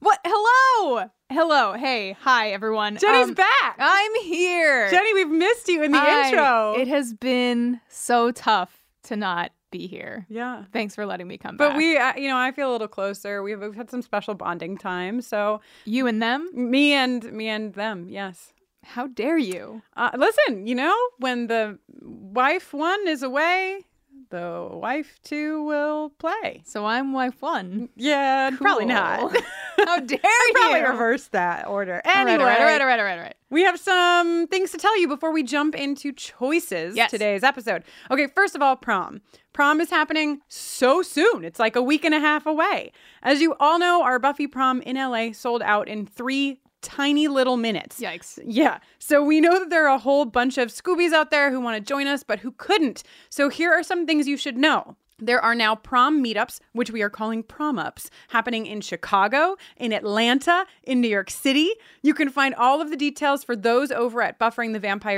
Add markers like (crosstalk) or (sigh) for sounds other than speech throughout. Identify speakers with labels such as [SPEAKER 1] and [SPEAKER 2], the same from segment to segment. [SPEAKER 1] What? Hello. Hello. Hey. Hi, everyone.
[SPEAKER 2] Jenny's
[SPEAKER 1] Um,
[SPEAKER 2] back.
[SPEAKER 1] I'm here.
[SPEAKER 2] Jenny, we've missed you in the
[SPEAKER 1] I-
[SPEAKER 2] intro.
[SPEAKER 1] It has been so tough to not be here.
[SPEAKER 2] yeah.
[SPEAKER 1] Thanks for letting me come
[SPEAKER 2] But
[SPEAKER 1] back.
[SPEAKER 2] we, uh, you know, I feel a little closer. We've, we've had some special bonding time. So
[SPEAKER 1] you and them?
[SPEAKER 2] me and me and them, yes.
[SPEAKER 1] How dare you?
[SPEAKER 2] Uh, listen, you know, when the wife one is away, the wife two will play.
[SPEAKER 1] So I'm wife one.
[SPEAKER 2] Yeah,
[SPEAKER 1] (laughs)
[SPEAKER 2] probably
[SPEAKER 1] Cool.
[SPEAKER 2] not.
[SPEAKER 1] How dare
[SPEAKER 2] I
[SPEAKER 1] you?
[SPEAKER 2] (laughs) probably reverse that order.
[SPEAKER 1] All
[SPEAKER 2] Anyway,
[SPEAKER 1] right, all right, all right, all right, all right, all right.
[SPEAKER 2] We have some things to tell you before we jump into choices
[SPEAKER 1] Yes.
[SPEAKER 2] today's episode. Okay, first of all, prom. Prom is happening so soon. It's like a week and a half away. As you all know, our Buffy prom in LA sold out in three tiny little minutes.
[SPEAKER 1] Yikes.
[SPEAKER 2] Yeah. So we know that there are a whole bunch of Scoobies out there who want to join us, but who couldn't. So here are some things you should know. There are now prom meetups, which we are calling prom ups, happening in Chicago, in Atlanta, in New York City. You can find all of the details for those over at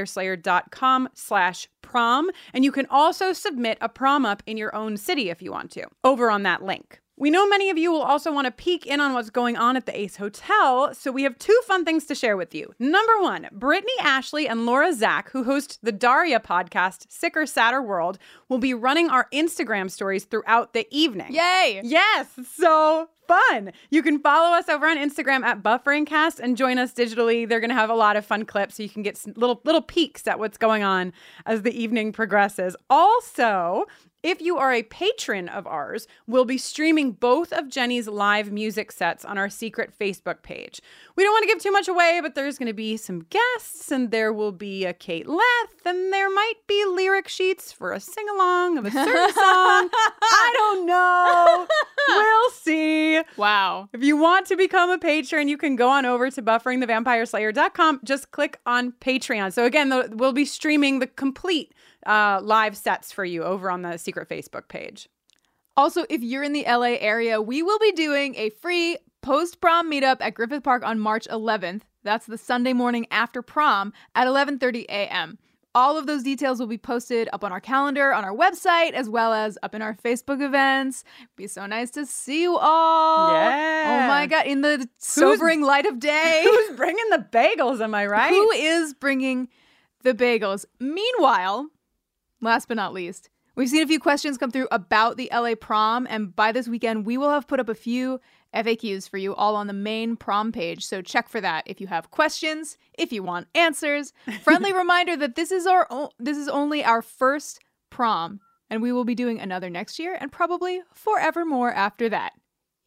[SPEAKER 2] bufferingthevampireslayer.com slash prom. And you can also submit a prom up in your own city if you want to, over on that link. We know many of you will also want to peek in on what's going on at the Ace Hotel, so we have two fun things to share with you. Number one, Brittany Ashley and Laura Zach, who host the Daria podcast, Sicker Sadder World, will be running our Instagram stories throughout the evening.
[SPEAKER 1] Yay.
[SPEAKER 2] Yes, so fun. You can follow us over on Instagram at BufferingCast and join us digitally. They're going to have a lot of fun clips so you can get s- little little peeks at what's going on as the evening progresses. Also, if you are a patron of ours, we'll be streaming both of Jenny's live music sets on our secret Facebook page. We don't want to give too much away, but there's going to be some guests, and there will be a Kate Leth, and there might be lyric sheets for a sing along of
[SPEAKER 1] (laughs)
[SPEAKER 2] a certain song. I don't know. We'll see.
[SPEAKER 1] Wow.
[SPEAKER 2] If you want to become a patron, you can go on over to bufferingthevampireslayer.com. Just click on Patreon. So, again, the, we'll be streaming the complete uh, live sets for you over on the secret Facebook page.
[SPEAKER 1] Also, if you're in the LA area, we will be doing a free post prom meetup at Griffith Park on March 11th. That's the Sunday morning after prom at 11:30 a.m. All of those details will be posted up on our calendar, on our website, as well as up in our Facebook events. Be so nice to see you all.
[SPEAKER 2] Yeah.
[SPEAKER 1] Oh my god, in the sobering light of day.
[SPEAKER 2] (laughs) Who's bringing the bagels? Am I right?
[SPEAKER 1] Who is bringing the bagels? Meanwhile, last but not least, we've seen a few questions come through about the LA prom, and by this weekend, we will have put up a few FAQs for you all on the main prom page. So check for that if you have questions, if you want answers. Friendly reminder that this is our o- this is only our first prom, and we will be doing another next year and probably forevermore after that.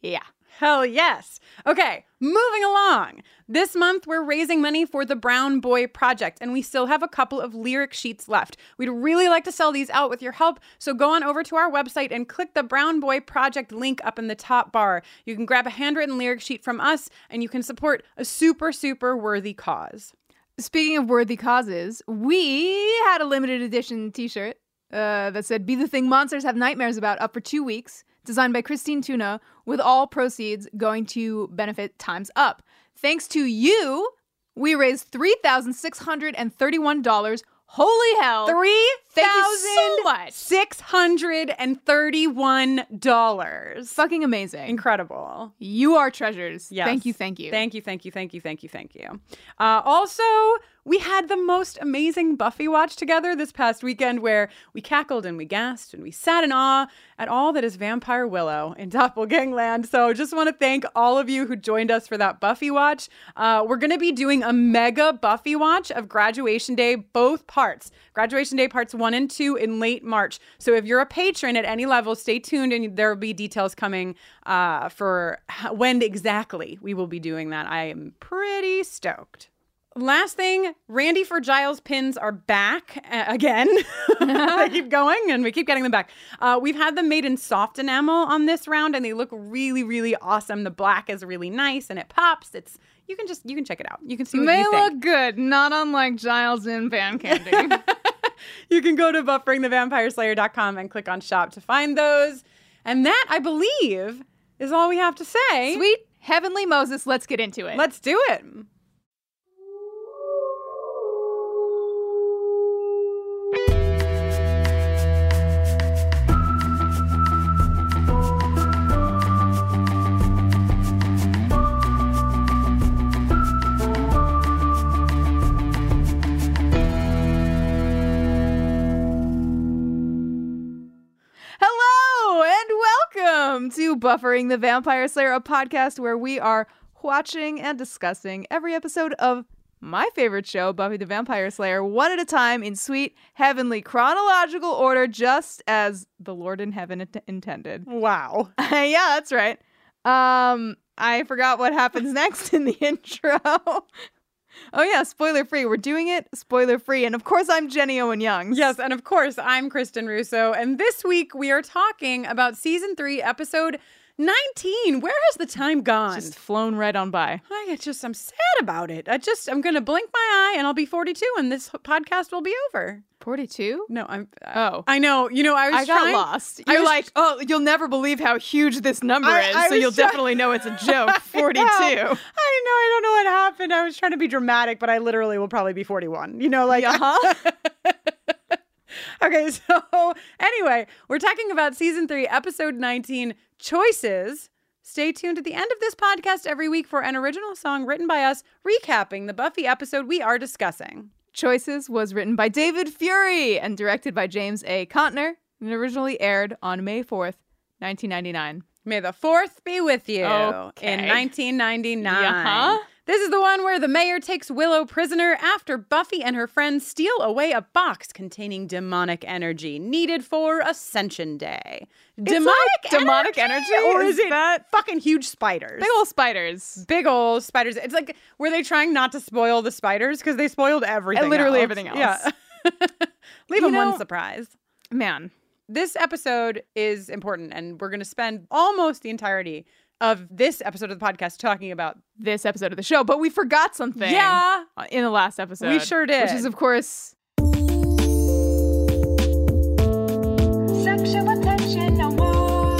[SPEAKER 1] Yeah.
[SPEAKER 2] Hell yes. Okay, moving along. This month, we're raising money for the Brown Boy Project, and we still have a couple of lyric sheets left. We'd really like to sell these out with your help, so go on over to our website and click the Brown Boy Project link up in the top bar. You can grab a handwritten lyric sheet from us, and you can support a super, super worthy cause.
[SPEAKER 1] Speaking of worthy causes, we had a limited edition t shirt uh, that said, Be the Thing Monsters Have Nightmares About, up for two weeks, designed by Christine Tuna, with all proceeds going to benefit Time's Up. Thanks to you, we raised $3,631. Holy hell.
[SPEAKER 2] Three
[SPEAKER 1] Thank you so much.
[SPEAKER 2] six hundred and thirty-one dollars.
[SPEAKER 1] Fucking amazing.
[SPEAKER 2] Incredible.
[SPEAKER 1] You are treasures.
[SPEAKER 2] Yes.
[SPEAKER 1] Thank you, thank you.
[SPEAKER 2] Thank you, thank you, thank you, thank you, thank you. Uh, also, we had the most amazing Buffy watch together this past weekend where we cackled and we gasped and we sat in awe at all that is Vampire Willow in (laughs) Doppelgangland. So just want to thank all of you who joined us for that Buffy watch. Uh, we're going to be doing a mega Buffy watch of Graduation Day, both parts. Graduation Day parts one and two in late March. So if you're a patron at any level, stay tuned and there will be details coming uh, for h- when exactly we will be doing that. I am pretty stoked. Last thing, Randy for Giles pins are back uh,
[SPEAKER 1] (laughs)
[SPEAKER 2] again. they keep going and we keep getting them back. Uh, we've had them made in soft enamel on this round and they look really, really awesome. The black is really nice and it pops. It's you can just you can check it out. You can see what
[SPEAKER 1] They
[SPEAKER 2] you think.
[SPEAKER 1] look good, not unlike Giles in Van
[SPEAKER 2] (laughs)
[SPEAKER 1] Candy.
[SPEAKER 2] you can go to bufferingthevampireslayer.com and click on shop to find those. And that, I believe, is all we have to say.
[SPEAKER 1] Sweet heavenly Moses, let's get into it.
[SPEAKER 2] Let's do it.
[SPEAKER 1] Hello and welcome to Buffering the Vampire Slayer, a podcast where we are watching and discussing every episode of my favorite show, Buffy the Vampire Slayer, one at a time in sweet, heavenly, chronological order, just as the Lord in heaven int- intended. (laughs)
[SPEAKER 2] Wow.
[SPEAKER 1] yeah, that's right. Um, I forgot what happens next in the (laughs) intro. oh yeah, spoiler free. We're doing it spoiler free, and of course I'm Jenny Owen Young.
[SPEAKER 2] Yes, and of course, I'm Kristen Russo, and this week we are talking about season three, episode 19. Where has the time gone?
[SPEAKER 1] just flown right on by.
[SPEAKER 2] I just, I'm sad about it. I just, I'm going to blink my eye and I'll be 42 and this podcast will be over.
[SPEAKER 1] Forty-two.
[SPEAKER 2] No, I'm, I,
[SPEAKER 1] Oh,
[SPEAKER 2] I know. You know, I was
[SPEAKER 1] I got
[SPEAKER 2] trying-
[SPEAKER 1] lost.
[SPEAKER 2] I
[SPEAKER 1] You're
[SPEAKER 2] was-
[SPEAKER 1] like, oh, you'll never believe how huge this number
[SPEAKER 2] I-
[SPEAKER 1] is,
[SPEAKER 2] I
[SPEAKER 1] so
[SPEAKER 2] was
[SPEAKER 1] you'll
[SPEAKER 2] try-
[SPEAKER 1] definitely know (laughs) it's a joke.
[SPEAKER 2] I
[SPEAKER 1] Forty-two.
[SPEAKER 2] know. I know. I don't know what happened. I was trying to be dramatic, but I literally will probably be 41. You know, like.
[SPEAKER 1] Uh-huh.
[SPEAKER 2] (laughs) okay, so anyway, we're talking about season three, episode 19 Choices. Stay tuned to the end of this podcast every week for an original song written by us recapping the Buffy episode we are discussing.
[SPEAKER 1] Choices was written by David Fury and directed by James A. Contner, and originally aired on May fourth, nineteen ninety-nine.
[SPEAKER 2] May the fourth be with you
[SPEAKER 1] Okay.
[SPEAKER 2] in 1999.
[SPEAKER 1] Yeah.
[SPEAKER 2] This is the one where the mayor takes Willow prisoner after Buffy and her friends steal away a box containing demonic energy needed for Ascension Day. Demonic,
[SPEAKER 1] demonic energy?
[SPEAKER 2] or is,
[SPEAKER 1] Is
[SPEAKER 2] it
[SPEAKER 1] that-
[SPEAKER 2] fucking huge spiders?
[SPEAKER 1] Big ol' spiders.
[SPEAKER 2] Big ol' spiders. It's like were they trying not to spoil the spiders because they spoiled everything?
[SPEAKER 1] literally
[SPEAKER 2] else.
[SPEAKER 1] everything else.
[SPEAKER 2] (laughs) Yeah.
[SPEAKER 1] You
[SPEAKER 2] Leave them
[SPEAKER 1] know-
[SPEAKER 2] one surprise
[SPEAKER 1] Man.
[SPEAKER 2] this episode is important and we're going to spend almost the entirety of this episode of the podcast talking about
[SPEAKER 1] this episode of the show, but we forgot something.
[SPEAKER 2] yeah
[SPEAKER 1] uh, In the last episode.
[SPEAKER 2] We sure did.
[SPEAKER 1] Which is, of course,
[SPEAKER 3] Sexual attention award.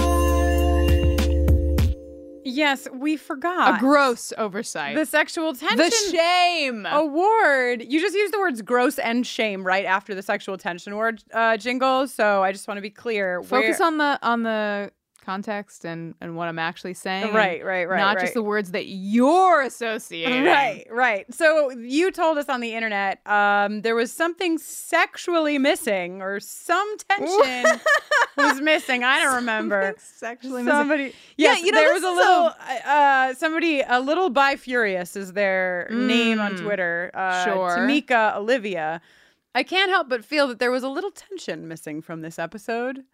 [SPEAKER 2] yes we
[SPEAKER 1] a
[SPEAKER 2] forgot
[SPEAKER 1] gross oversight.
[SPEAKER 2] the sexual tension
[SPEAKER 1] The Oh, shame.
[SPEAKER 2] award you just used the words gross and shame right after the sexual tension award uh, jingle so i just want to be clear
[SPEAKER 1] Focus
[SPEAKER 2] where-
[SPEAKER 1] on the on the context and and what I'm actually saying.
[SPEAKER 2] Right, right, right,
[SPEAKER 1] Not
[SPEAKER 2] right. (laughs)
[SPEAKER 1] just the words that you're associating.
[SPEAKER 2] Right, right. So you told us on the internet um, there was something sexually missing or some (laughs) tension was missing. I (laughs) don't remember.
[SPEAKER 1] Sexually missing.
[SPEAKER 2] somebody yes,
[SPEAKER 1] you know,
[SPEAKER 2] there
[SPEAKER 1] this
[SPEAKER 2] was a
[SPEAKER 1] is
[SPEAKER 2] little uh somebody a little by furious is their name on
[SPEAKER 1] Mm,
[SPEAKER 2] twitter uh
[SPEAKER 1] sure.
[SPEAKER 2] tamika olivia i can't help but feel that there was a little tension missing from this episode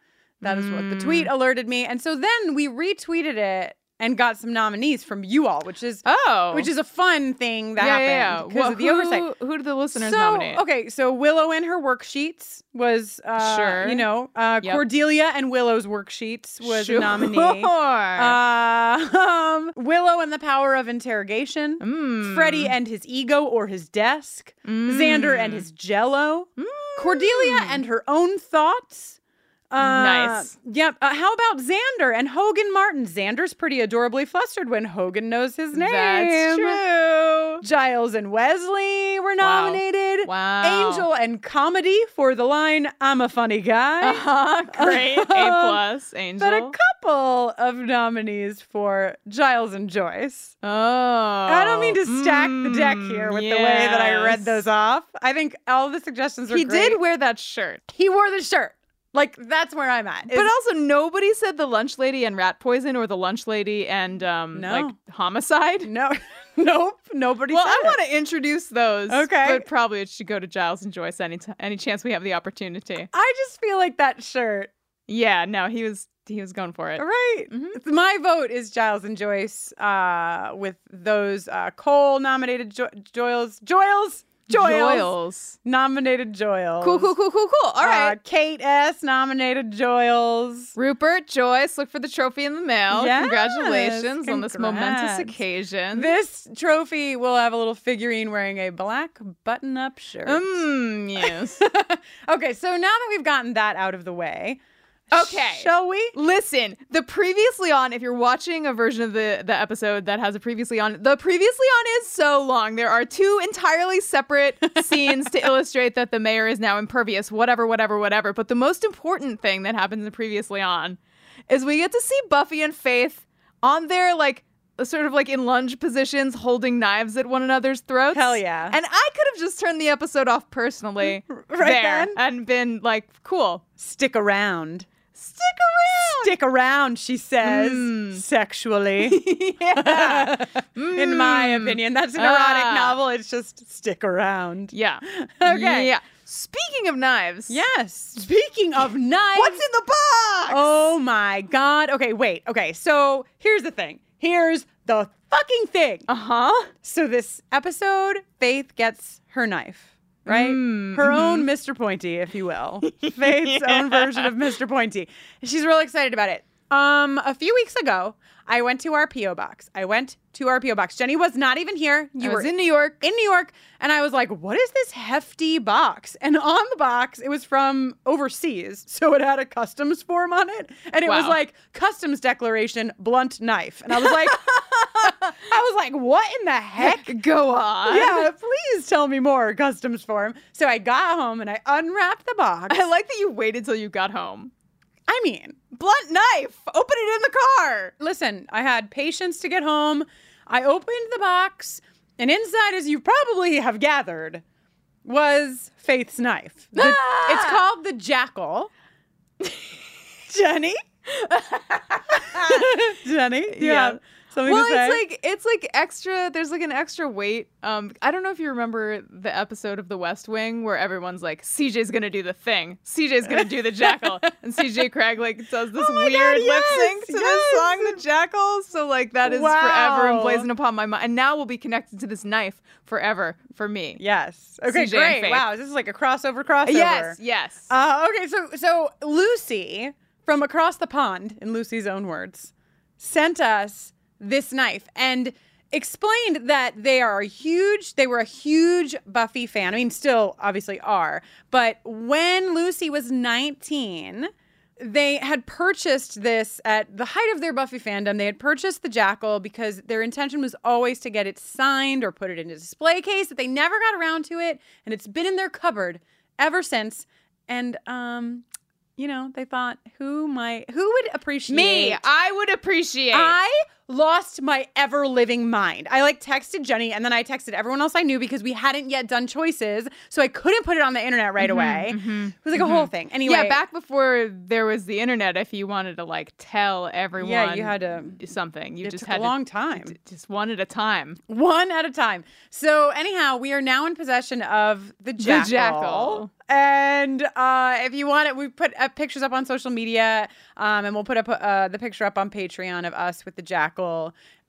[SPEAKER 2] that is what the
[SPEAKER 1] Mm.
[SPEAKER 2] tweet alerted me and so then we retweeted it and got some nominees from you all which is
[SPEAKER 1] Oh.
[SPEAKER 2] which is a fun thing that
[SPEAKER 1] yeah,
[SPEAKER 2] happened
[SPEAKER 1] yeah, yeah.
[SPEAKER 2] because
[SPEAKER 1] Well,
[SPEAKER 2] of the
[SPEAKER 1] who,
[SPEAKER 2] oversight
[SPEAKER 1] Who did the listeners
[SPEAKER 2] so,
[SPEAKER 1] nominate?
[SPEAKER 2] Okay, so Willow and her worksheets was uh,
[SPEAKER 1] Sure.
[SPEAKER 2] you know, uh,
[SPEAKER 1] Yep.
[SPEAKER 2] Cordelia and Willow's worksheets was
[SPEAKER 1] sure. (laughs)
[SPEAKER 2] a nominee. Uh, um, (laughs) Willow and the Power of Interrogation.
[SPEAKER 1] Mm.
[SPEAKER 2] Freddy and his ego or his desk.
[SPEAKER 1] Hmm.
[SPEAKER 2] Xander and his jello. Cordelia and her own thoughts. Uh,
[SPEAKER 1] Nice.
[SPEAKER 2] Yep. Uh, how about Xander and Hogan Martin? Xander's pretty adorably flustered when Hogan knows his name.
[SPEAKER 1] That's true.
[SPEAKER 2] Giles and Wesley were
[SPEAKER 1] Wow.
[SPEAKER 2] nominated.
[SPEAKER 1] Hmm. Wow.
[SPEAKER 2] Angel and comedy for the line "I'm a funny guy." (laughs)
[SPEAKER 1] Uh-huh, great. A plus, Angel.
[SPEAKER 2] But a couple of nominees for Giles and Joyce.
[SPEAKER 1] oh. Hmm,
[SPEAKER 2] I
[SPEAKER 1] I
[SPEAKER 2] don't mean to stack the deck here with the way that I read those off. I think all the suggestions are
[SPEAKER 1] He
[SPEAKER 2] great.
[SPEAKER 1] did wear that shirt.
[SPEAKER 2] He wore the shirt. Like that's where I'm at.
[SPEAKER 1] But also, nobody said the lunch lady and rat poison or the lunch lady and um,
[SPEAKER 2] No.
[SPEAKER 1] like homicide.
[SPEAKER 2] (laughs) no, nope, nobody.
[SPEAKER 1] Well,
[SPEAKER 2] said
[SPEAKER 1] I
[SPEAKER 2] it.
[SPEAKER 1] want to introduce those.
[SPEAKER 2] Okay.
[SPEAKER 1] But probably it should go to Giles and Joyce any, t- any chance we have the opportunity.
[SPEAKER 2] I just feel like that shirt.
[SPEAKER 1] Yeah, no, he was He was going for it.
[SPEAKER 2] All right. It's- My vote is Giles and Joyce uh, with those uh, Cole nominated jo- Joyles. Joyles? Joyles.
[SPEAKER 1] Joyles.
[SPEAKER 2] Nominated Joyles.
[SPEAKER 1] Cool, cool, cool, cool, cool. All right.
[SPEAKER 2] Uh, Kate S. nominated Joyles.
[SPEAKER 1] Rupert Joyce, look for the trophy in the mail.
[SPEAKER 2] Yes,
[SPEAKER 1] Congratulations on this momentous
[SPEAKER 2] congrats.
[SPEAKER 1] occasion.
[SPEAKER 2] This trophy will have a little figurine wearing a black button up shirt.
[SPEAKER 1] Mm, yes.
[SPEAKER 2] okay, so now that we've gotten that out of the way,
[SPEAKER 1] Okay.
[SPEAKER 2] shall we?
[SPEAKER 1] Listen, the previously on, if you're watching a version of the, the episode that has a previously on, the previously on is so long. There are two entirely
[SPEAKER 2] (laughs)
[SPEAKER 1] separate scenes to illustrate that the mayor is now impervious, whatever, whatever, whatever. But the most important thing that happens in the previously on is we get to see Buffy and Faith on their like uh, sort of like in lunge positions holding knives at one another's throats.
[SPEAKER 2] Hell yeah.
[SPEAKER 1] And I could have just turned the episode off
[SPEAKER 2] (laughs)
[SPEAKER 1] personally
[SPEAKER 2] Right
[SPEAKER 1] there
[SPEAKER 2] then.
[SPEAKER 1] and been like, cool.
[SPEAKER 2] Stick around.
[SPEAKER 1] Stick around.
[SPEAKER 2] Stick around, she says,
[SPEAKER 1] Hmm.
[SPEAKER 2] sexually.
[SPEAKER 1] (laughs)
[SPEAKER 2] In my opinion, that's an erotic
[SPEAKER 1] Hmm. Ah.
[SPEAKER 2] novel. It's just stick around.
[SPEAKER 1] (laughs) Yeah.
[SPEAKER 2] Okay.
[SPEAKER 1] Yeah. Speaking of knives.
[SPEAKER 2] Yes. Speaking of knives.
[SPEAKER 1] What's in the box?
[SPEAKER 2] Oh my God. Okay, wait. Okay, so here's the thing. Here's the fucking thing.
[SPEAKER 1] Uh huh.
[SPEAKER 2] So this episode, Faith gets her knife, right?
[SPEAKER 1] Mm,
[SPEAKER 2] her own
[SPEAKER 1] mm-hmm.
[SPEAKER 2] Mr. Pointy, if you
[SPEAKER 1] (laughs)
[SPEAKER 2] will. Faith's own version of Mr. Pointy. She's real excited about it. Um, a few weeks ago, I went to our PO box. I went to our PO box. Jenny was not even here. You
[SPEAKER 1] I
[SPEAKER 2] were
[SPEAKER 1] was in New York.
[SPEAKER 2] in New York, and I was like, "What is this hefty box?" And on the box, it was from overseas, so it had a customs form on it, and it was
[SPEAKER 1] Wow.
[SPEAKER 2] like customs declaration blunt knife, and I
[SPEAKER 1] (laughs)
[SPEAKER 2] was like, I was like, "What in the heck?"
[SPEAKER 1] Go on.
[SPEAKER 2] Yeah, please tell me more customs form. So I got home and I unwrapped the box.
[SPEAKER 1] (laughs) I like that you waited till you got home.
[SPEAKER 2] I mean,
[SPEAKER 1] Blunt knife. Open it in the car.
[SPEAKER 2] listen, I had patience to get home. I opened the box, and inside, as you probably have gathered, was Faith's knife. The-
[SPEAKER 1] Ah!
[SPEAKER 2] It's called
[SPEAKER 1] (laughs)
[SPEAKER 2] the Jackal. Jenny? (laughs) Jenny?
[SPEAKER 1] Yeah.
[SPEAKER 2] Yeah. Something
[SPEAKER 1] well,
[SPEAKER 2] to say?
[SPEAKER 1] it's like it's like extra. There's like an extra weight. Um, I don't know if you remember the episode of The West Wing where everyone's like, "CJ's gonna do the thing. CJ's gonna do the
[SPEAKER 2] (laughs)
[SPEAKER 1] jackal," and CJ Craig like does this
[SPEAKER 2] Oh my
[SPEAKER 1] weird
[SPEAKER 2] God,
[SPEAKER 1] lip
[SPEAKER 2] yes,
[SPEAKER 1] sync to
[SPEAKER 2] yes.
[SPEAKER 1] this song, "The Jackal." So like that is forever
[SPEAKER 2] Wow.
[SPEAKER 1] emblazoned upon my mind, and now will be connected to this knife forever for me.
[SPEAKER 2] yes. Okay,
[SPEAKER 1] CJ and
[SPEAKER 2] great.
[SPEAKER 1] Faith.
[SPEAKER 2] Wow, this is like a crossover crossover.
[SPEAKER 1] Yes, yes.
[SPEAKER 2] Uh, okay, so so Lucy from across the pond, in Lucy's own words, sent us this knife and explained that they are a huge. They were a huge Buffy fan. I mean, still obviously are. But when Lucy was nineteen. They had purchased this at the height of their Buffy fandom. They had purchased the Jackal because their intention was always to get it signed or put it in a display case, but they never got around to it. And it's been in their cupboard ever since and um you know they thought who might who would appreciate
[SPEAKER 1] me, I would appreciate.
[SPEAKER 2] I lost my ever living mind. I like texted Jenny and then I texted everyone else I knew because we hadn't yet done choices, so I couldn't put it on the internet right away. It was like a whole thing. mm-hmm, Anyway,
[SPEAKER 1] Mm-hmm. yeah, back before there was the internet, if you wanted to like tell everyone,
[SPEAKER 2] Yeah, you had to-
[SPEAKER 1] something. You
[SPEAKER 2] it
[SPEAKER 1] just
[SPEAKER 2] took
[SPEAKER 1] had
[SPEAKER 2] a
[SPEAKER 1] to-
[SPEAKER 2] long time.
[SPEAKER 1] d- just one at a time.
[SPEAKER 2] One at a time. So anyhow, we are now in possession of the jackal.
[SPEAKER 1] jackal.
[SPEAKER 2] And uh, if you want it, we put uh, pictures up on social media, um, and we'll put up uh, the picture up on Patreon of us with the jackal.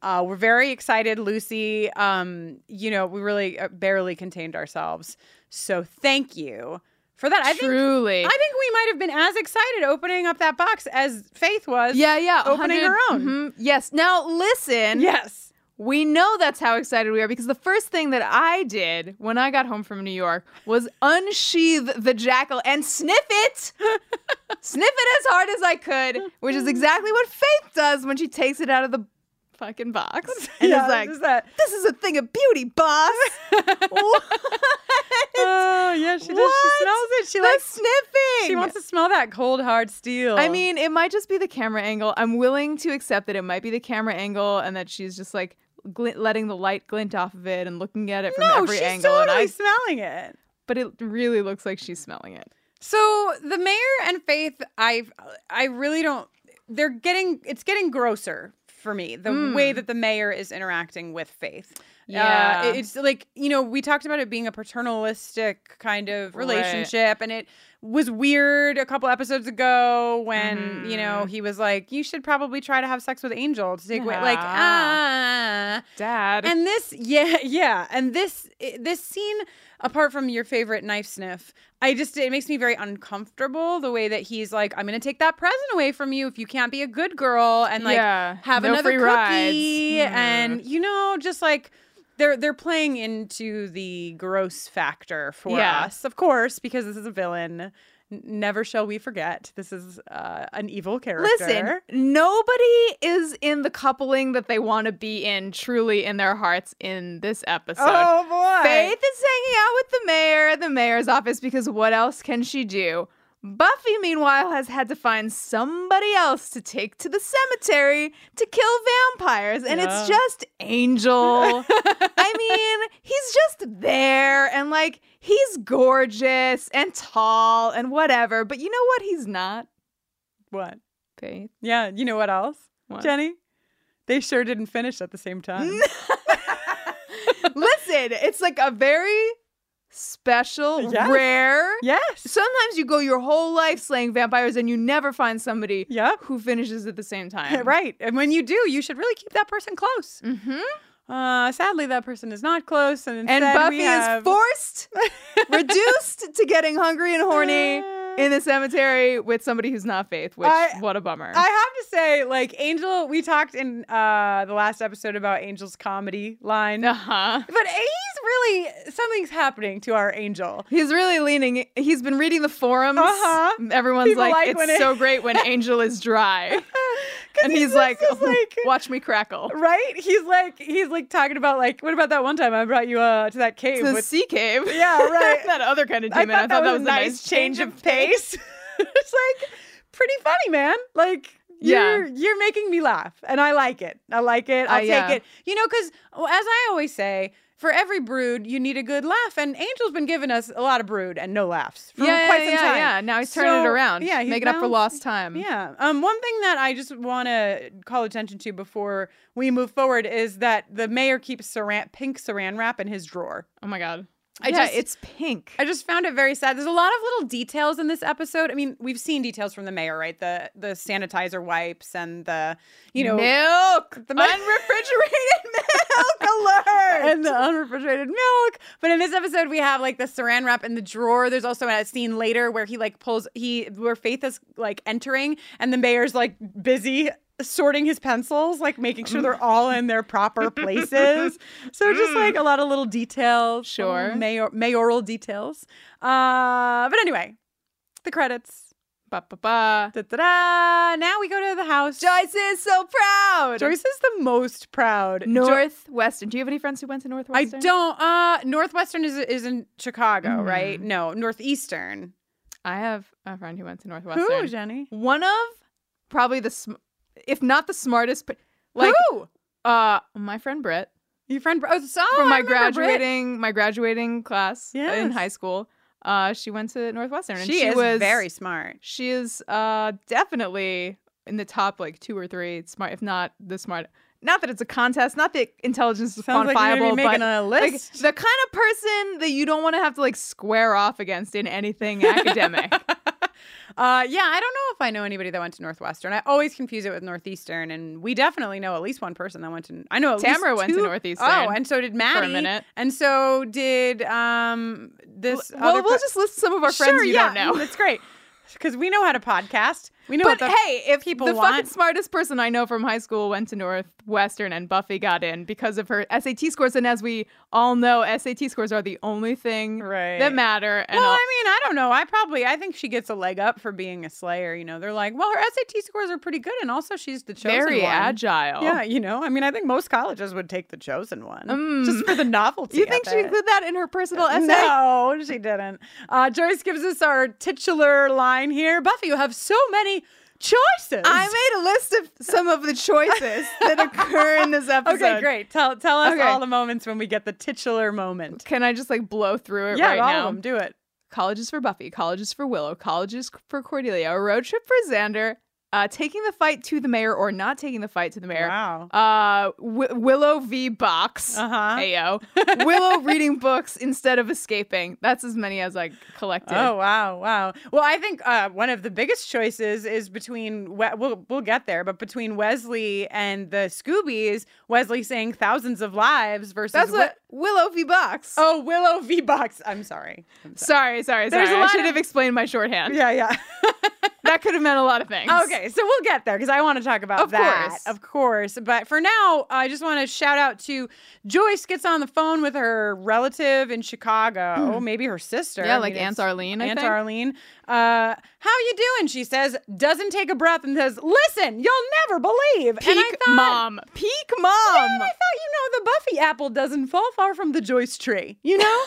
[SPEAKER 2] Uh, we're very excited, Lucy. Um, you know, we really uh, barely contained ourselves. So thank you for that. I
[SPEAKER 1] Truly.
[SPEAKER 2] think I think we might have been as excited opening up that box as Faith was.
[SPEAKER 1] Yeah, yeah. a
[SPEAKER 2] opening
[SPEAKER 1] hundred-
[SPEAKER 2] her own.
[SPEAKER 1] mhm. Yes. Now listen.
[SPEAKER 2] Yes.
[SPEAKER 1] We know that's how excited we are because the first thing that I did when I got home from New York was unsheathe the jackal and sniff
[SPEAKER 2] (laughs)
[SPEAKER 1] it. sniff it as hard as I could, which is exactly what Faith does when she takes it out of the fucking
[SPEAKER 2] (laughs)
[SPEAKER 1] box. And
[SPEAKER 2] Yeah,
[SPEAKER 1] is like,
[SPEAKER 2] this is that.
[SPEAKER 1] this is a thing of beauty,
[SPEAKER 2] (laughs)
[SPEAKER 1] boss. what?
[SPEAKER 2] Oh yeah, she does. She smells it. She
[SPEAKER 1] That's
[SPEAKER 2] likes
[SPEAKER 1] sniffing.
[SPEAKER 2] (laughs) She wants to smell that cold, hard steel.
[SPEAKER 1] I mean, it might just be the camera angle. I'm willing to accept that it might be the camera angle and that she's just like gl- letting the light glint off of it and looking at it from
[SPEAKER 2] no,
[SPEAKER 1] every
[SPEAKER 2] she's
[SPEAKER 1] angle. and
[SPEAKER 2] totally
[SPEAKER 1] I-
[SPEAKER 2] smelling it.
[SPEAKER 1] but it really looks like she's smelling it.
[SPEAKER 2] So the mayor and Faith, I, I really don't. They're getting. It's getting grosser for me the way that the mayor is interacting with Faith. Uh,
[SPEAKER 1] Yeah.
[SPEAKER 2] it- it's like you know we talked about it being a paternalistic kind of
[SPEAKER 1] Right.
[SPEAKER 2] relationship, and it was weird a couple episodes ago when you know he was like, "You should probably try to have sex with Angel to take away." Like, ah, (laughs)
[SPEAKER 4] Dad.
[SPEAKER 2] and this, yeah, yeah, and this, i- this scene, apart from your favorite knife sniff, I just it makes me very uncomfortable the way that he's like, "I'm gonna take that present away from you if you can't be a good girl and like
[SPEAKER 4] Yeah.
[SPEAKER 2] have
[SPEAKER 4] No
[SPEAKER 2] another
[SPEAKER 4] free
[SPEAKER 2] cookie,"
[SPEAKER 4] rides. Mm-hmm.
[SPEAKER 2] and you know, just like. They're, they're playing into the gross factor for
[SPEAKER 4] Yeah.
[SPEAKER 2] us, of course, because this is a villain. N- Never shall we forget. This is uh, an evil
[SPEAKER 1] Mm.
[SPEAKER 2] character.
[SPEAKER 1] Listen, nobody is in the coupling that they want to be in truly in their hearts in this episode.
[SPEAKER 2] oh boy,
[SPEAKER 1] Faith is hanging out with the mayor at the mayor's office because what else can she do? Buffy, meanwhile, has had to find somebody else to take to the cemetery to kill vampires, and
[SPEAKER 2] Yeah.
[SPEAKER 1] it's just
[SPEAKER 2] (laughs)
[SPEAKER 1] Angel. I mean, he's just there, and like, he's gorgeous and tall and whatever, but you know what? He's not.
[SPEAKER 2] what? (laughs)
[SPEAKER 1] Faith. (laughs)
[SPEAKER 2] Yeah, you know what else,
[SPEAKER 1] What?
[SPEAKER 2] Jenny? They sure didn't finish at the
[SPEAKER 1] (laughs)
[SPEAKER 2] same time.
[SPEAKER 1] Listen, it's like a very special,
[SPEAKER 2] Yes.
[SPEAKER 1] rare.
[SPEAKER 2] yes.
[SPEAKER 1] Sometimes you go your whole life slaying vampires and you never find somebody
[SPEAKER 2] Yep.
[SPEAKER 1] who finishes at the same time.
[SPEAKER 2] (laughs) Right. And when you do, you should really keep that person close.
[SPEAKER 1] Mm-hmm.
[SPEAKER 2] Uh, sadly, that person is not close, and instead
[SPEAKER 1] And Buffy
[SPEAKER 2] we have
[SPEAKER 1] is
[SPEAKER 2] (laughs)
[SPEAKER 1] forced, reduced to getting hungry and (laughs)
[SPEAKER 2] (laughs)
[SPEAKER 1] horny in the cemetery with somebody who's not Faith, which,
[SPEAKER 2] I-
[SPEAKER 1] what a bummer. (laughs)
[SPEAKER 2] I have to say, like Angel, we talked in uh, the last episode about Angel's comedy line,
[SPEAKER 1] uh huh.
[SPEAKER 2] but he's really something's happening to our Angel.
[SPEAKER 1] He's really leaning. He's been reading the forums.
[SPEAKER 2] Uh-huh.
[SPEAKER 1] Everyone's
[SPEAKER 2] People
[SPEAKER 1] like,
[SPEAKER 2] like when
[SPEAKER 1] it's
[SPEAKER 2] it-
[SPEAKER 1] so great
[SPEAKER 2] (laughs)
[SPEAKER 1] when Angel is dry.
[SPEAKER 2] 'Cause
[SPEAKER 1] and he's
[SPEAKER 2] just
[SPEAKER 1] like,
[SPEAKER 2] is like-
[SPEAKER 1] (laughs) watch me crackle.
[SPEAKER 2] (laughs) Right? He's like he's like talking about like what about that one time I brought you uh to that cave
[SPEAKER 1] The
[SPEAKER 2] with
[SPEAKER 1] sea cave. (laughs)
[SPEAKER 2] Yeah, right.
[SPEAKER 1] that other kind of demon. I thought, that was, a nice change of pace.
[SPEAKER 2] (laughs) it's like pretty funny, man. Like
[SPEAKER 1] Yeah.
[SPEAKER 2] you're you're making me laugh, and I like it. I like it.
[SPEAKER 1] Uh,
[SPEAKER 2] I take
[SPEAKER 1] yeah.
[SPEAKER 2] it. You know, because as I always say. For every brood, you need a good laugh, and Angel's been giving us a lot of brood and no laughs for
[SPEAKER 1] yeah,
[SPEAKER 2] quite
[SPEAKER 1] yeah,
[SPEAKER 2] some
[SPEAKER 1] yeah,
[SPEAKER 2] time.
[SPEAKER 1] yeah. Now he's turning it
[SPEAKER 2] So,
[SPEAKER 1] around.
[SPEAKER 2] Yeah, he's
[SPEAKER 1] making up for
[SPEAKER 2] balancing-
[SPEAKER 1] lost time.
[SPEAKER 2] yeah. Um, one thing that I just want to call attention to before we move forward is that the mayor keeps saran, pink saran wrap in his drawer.
[SPEAKER 1] Oh my god.
[SPEAKER 2] I
[SPEAKER 1] yeah,
[SPEAKER 2] just-
[SPEAKER 1] it's pink.
[SPEAKER 2] I just found it very sad. There's a lot of little details in this episode. I mean, we've seen details from the mayor, right? The the sanitizer wipes and the you know
[SPEAKER 1] milk, the
[SPEAKER 2] the mi-
[SPEAKER 1] (laughs)
[SPEAKER 2] (laughs)
[SPEAKER 1] unrefrigerated (laughs) milk alert.
[SPEAKER 2] and the unrefrigerated milk. But in this episode, we have like the saran wrap in the drawer. There's also a scene later where he like pulls he where Faith is like entering, and the mayor's like busy sorting his pencils, like making sure they're all in their
[SPEAKER 1] (laughs)
[SPEAKER 2] proper places. So just like a lot of little details, little
[SPEAKER 1] Sure.
[SPEAKER 2] mayor, mayoral details. Uh, but anyway, the credits.
[SPEAKER 1] ba, ba, ba.
[SPEAKER 2] Da-da-da. Now we go to the house.
[SPEAKER 1] Joyce is so proud.
[SPEAKER 2] Joyce is the most proud. Jo-
[SPEAKER 1] Northwestern. Do you have any friends who went to
[SPEAKER 2] I
[SPEAKER 1] Northwestern? Mm-hmm.
[SPEAKER 2] don't. Uh, Northwestern is is in Chicago, right? No, Northeastern.
[SPEAKER 1] I have a friend who went to
[SPEAKER 2] Who,
[SPEAKER 1] Northwestern.
[SPEAKER 2] Jenny?
[SPEAKER 1] One of probably the, sm- if not the smartest, but like
[SPEAKER 2] Who?
[SPEAKER 1] uh, my friend Britt.
[SPEAKER 2] Your friend? Oh, so I
[SPEAKER 1] from my
[SPEAKER 2] remember Brit.
[SPEAKER 1] graduating my graduating class in
[SPEAKER 2] Yes.
[SPEAKER 1] high school. Uh, she went to Northwestern, and
[SPEAKER 2] She,
[SPEAKER 1] she,
[SPEAKER 2] is
[SPEAKER 1] was
[SPEAKER 2] very smart.
[SPEAKER 1] She is uh, definitely in the top like two or three smart, if not the smart. Not that it's a contest, not that intelligence is
[SPEAKER 2] Sounds
[SPEAKER 1] quantifiable,
[SPEAKER 2] like you're gonna be
[SPEAKER 1] but
[SPEAKER 2] making a
[SPEAKER 1] like,
[SPEAKER 2] list.
[SPEAKER 1] the kind of person that you don't want to have to like square off against in
[SPEAKER 2] (laughs)
[SPEAKER 1] anything academic.
[SPEAKER 2] Uh, yeah, I don't know if I know anybody that went to Northwestern. I always confuse it with Northeastern, and we definitely know at least one person that went to. I know at
[SPEAKER 1] Tamara
[SPEAKER 2] least
[SPEAKER 1] went to
[SPEAKER 2] two-
[SPEAKER 1] Northeastern
[SPEAKER 2] Oh, and so did Maddie.
[SPEAKER 1] minute.
[SPEAKER 2] and so did um this.
[SPEAKER 1] well,
[SPEAKER 2] other
[SPEAKER 1] we'll
[SPEAKER 2] per-
[SPEAKER 1] just list some of our friends
[SPEAKER 2] sure,
[SPEAKER 1] you
[SPEAKER 2] yeah, mm, (laughs)
[SPEAKER 1] don't know.
[SPEAKER 2] That's great because we know how to podcast. We know.
[SPEAKER 1] But
[SPEAKER 2] what the
[SPEAKER 1] hey, if
[SPEAKER 2] people
[SPEAKER 1] the
[SPEAKER 2] want.
[SPEAKER 1] fucking smartest person I know from high school went to Northwestern and Buffy got in because of her SAT scores, and as we all know, SAT scores are the only thing
[SPEAKER 2] Right.
[SPEAKER 1] that matter. And
[SPEAKER 2] well,
[SPEAKER 1] all-
[SPEAKER 2] I mean, I don't know. I probably, I think she gets a leg up for being a slayer. You know, they're like, well, her SAT scores are pretty good, and also she's the chosen
[SPEAKER 1] very
[SPEAKER 2] one.
[SPEAKER 1] agile.
[SPEAKER 2] Yeah, you know, I mean, I think most colleges would take the chosen one just for the
[SPEAKER 1] Mm.
[SPEAKER 2] novelty.
[SPEAKER 1] You
[SPEAKER 2] of
[SPEAKER 1] think she
[SPEAKER 2] it.
[SPEAKER 1] included that in her personal essay? (laughs)
[SPEAKER 2] No, she didn't. Uh, Joyce gives us our titular line here. Buffy, you have so many choices.
[SPEAKER 1] I made a list of some of the choices that occur (laughs) in this episode.
[SPEAKER 2] okay, great. Tell tell us
[SPEAKER 1] Okay.
[SPEAKER 2] all the moments when we get the titular moment.
[SPEAKER 1] Can I just like blow through it
[SPEAKER 2] yeah,
[SPEAKER 1] right
[SPEAKER 2] all
[SPEAKER 1] now?
[SPEAKER 2] of them. Do it.
[SPEAKER 1] College is for Buffy, college is for Willow, college is for Cordelia, a road trip for Xander, uh, taking the fight to the mayor or not taking the fight to the mayor.
[SPEAKER 2] Wow.
[SPEAKER 1] Uh, Wi- Willow v. Box. (laughs)
[SPEAKER 2] Uh-huh.
[SPEAKER 1] Ayo. Willow reading books instead of escaping. That's as many as I collected.
[SPEAKER 2] Oh wow, wow. Well, I think uh, one of the biggest choices is between we- we'll we'll get there, but between Wesley and the Scoobies, Wesley saying thousands of lives versus
[SPEAKER 1] That's
[SPEAKER 2] Wi-
[SPEAKER 1] what Willow v. Box.
[SPEAKER 2] oh Willow V Box. I'm sorry. I'm
[SPEAKER 1] sorry,
[SPEAKER 2] sorry.
[SPEAKER 1] sorry, sorry.
[SPEAKER 2] There's a
[SPEAKER 1] I
[SPEAKER 2] lot
[SPEAKER 1] should
[SPEAKER 2] of-
[SPEAKER 1] have explained my shorthand.
[SPEAKER 2] Yeah, yeah.
[SPEAKER 1] That could have meant a lot of things.
[SPEAKER 2] (laughs) Okay, so we'll get there because I want to talk about
[SPEAKER 1] Of
[SPEAKER 2] that,
[SPEAKER 1] course.
[SPEAKER 2] of course. But for now, I just want to shout out to Joyce gets on the phone with her relative in Chicago, maybe her sister.
[SPEAKER 1] Hmm. Yeah,
[SPEAKER 2] I
[SPEAKER 1] like
[SPEAKER 2] mean,
[SPEAKER 1] Aunt
[SPEAKER 2] it's-
[SPEAKER 1] Arlene, I
[SPEAKER 2] Aunt
[SPEAKER 1] think.
[SPEAKER 2] Arlene. Uh, how you doing? She says, doesn't take a breath and says, "Listen, you'll never believe."
[SPEAKER 1] Peak
[SPEAKER 2] and I thought,
[SPEAKER 1] mom. Peak
[SPEAKER 2] Yeah,
[SPEAKER 1] mom.
[SPEAKER 2] and I thought, you know, the Buffy apple doesn't fall far from the Joyce tree, you (laughs) know?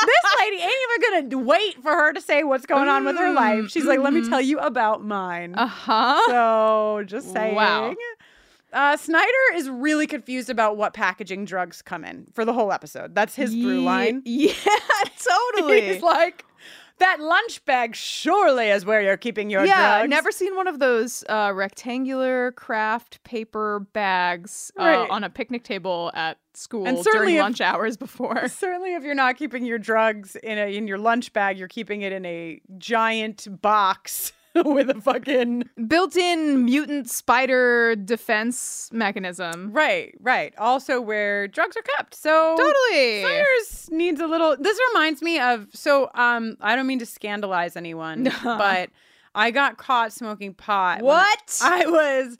[SPEAKER 2] this lady ain't even gonna wait for her to say what's going on with her life. She's like, let me tell you about mine.
[SPEAKER 1] Uh huh.
[SPEAKER 2] So just saying.
[SPEAKER 1] Wow.
[SPEAKER 2] Uh, Snyder is really confused about what packaging drugs come in for the whole episode. That's his through line.
[SPEAKER 1] (laughs) Yeah, totally.
[SPEAKER 2] He's like, that lunch bag surely is where you're keeping your
[SPEAKER 1] yeah,
[SPEAKER 2] drugs. (laughs)
[SPEAKER 1] never seen one of those uh, rectangular craft paper bags uh,
[SPEAKER 2] Right.
[SPEAKER 1] on a picnic table at school
[SPEAKER 2] certainly
[SPEAKER 1] during
[SPEAKER 2] if-
[SPEAKER 1] lunch hours (laughs) before.
[SPEAKER 2] Certainly, if you're not keeping your drugs in a in your lunch bag, you're keeping it in a giant box (laughs) with a fucking
[SPEAKER 1] Built-in mutant spider defense mechanism.
[SPEAKER 2] right, right. Also, where drugs are kept. So
[SPEAKER 1] Totally.
[SPEAKER 2] Cyrus needs a little. This reminds me of. So, um, I don't mean to scandalize anyone, (laughs)
[SPEAKER 1] (laughs)
[SPEAKER 2] but I got caught smoking pot. when
[SPEAKER 1] What?
[SPEAKER 2] (laughs) I was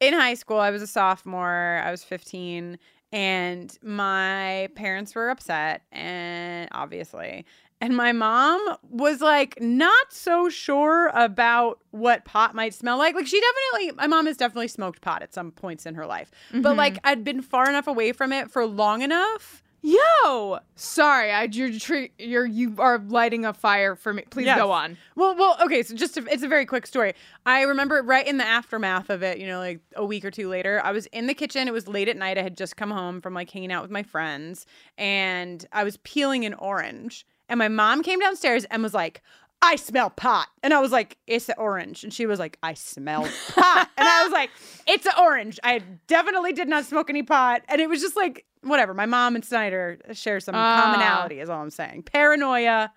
[SPEAKER 2] in high school. I was a sophomore. I was 15, and my parents were upset, and obviously. And my mom was like not so sure about what pot might smell like. Like she definitely my mom has definitely smoked pot at some points in her life. But like I'd been far enough away from it for long enough
[SPEAKER 1] Yo, sorry, I you're, tri- you're you are lighting a fire for me. Please
[SPEAKER 2] Yes.
[SPEAKER 1] go on.
[SPEAKER 2] Well, well, okay. So just a, it's a very quick story. I remember right in the aftermath of it, you know, like a week or two later, I was in the kitchen. It was late at night. I had just come home from like hanging out with my friends, and I was peeling an orange. And my mom came downstairs and was like, "I smell pot," and I was like, "It's an orange," and she was like, "I smell pot," and I was
[SPEAKER 1] (laughs)
[SPEAKER 2] like, "It's an orange." I definitely did not smoke any pot, and it was just like whatever. My mom and Snyder share some
[SPEAKER 1] Ah.
[SPEAKER 2] commonality, is all I'm saying. Paranoia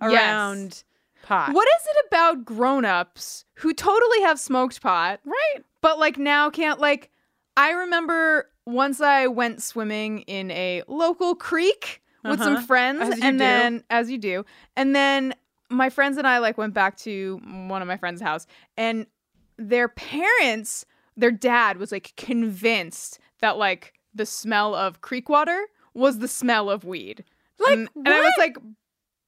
[SPEAKER 1] Yes.
[SPEAKER 2] around pot.
[SPEAKER 1] What is it about grown-ups who totally have smoked pot,
[SPEAKER 2] Right.
[SPEAKER 1] but like now can't like I remember once I went swimming in a local creek with some
[SPEAKER 2] Uh-huh.
[SPEAKER 1] friends
[SPEAKER 2] As you
[SPEAKER 1] and
[SPEAKER 2] do.
[SPEAKER 1] then as you do. And then my friends and I like went back to one of my friends' house and their parents, their dad was like convinced that like the smell of creek water was the smell of weed.
[SPEAKER 2] Like,
[SPEAKER 1] and, and I was
[SPEAKER 2] what?
[SPEAKER 1] like,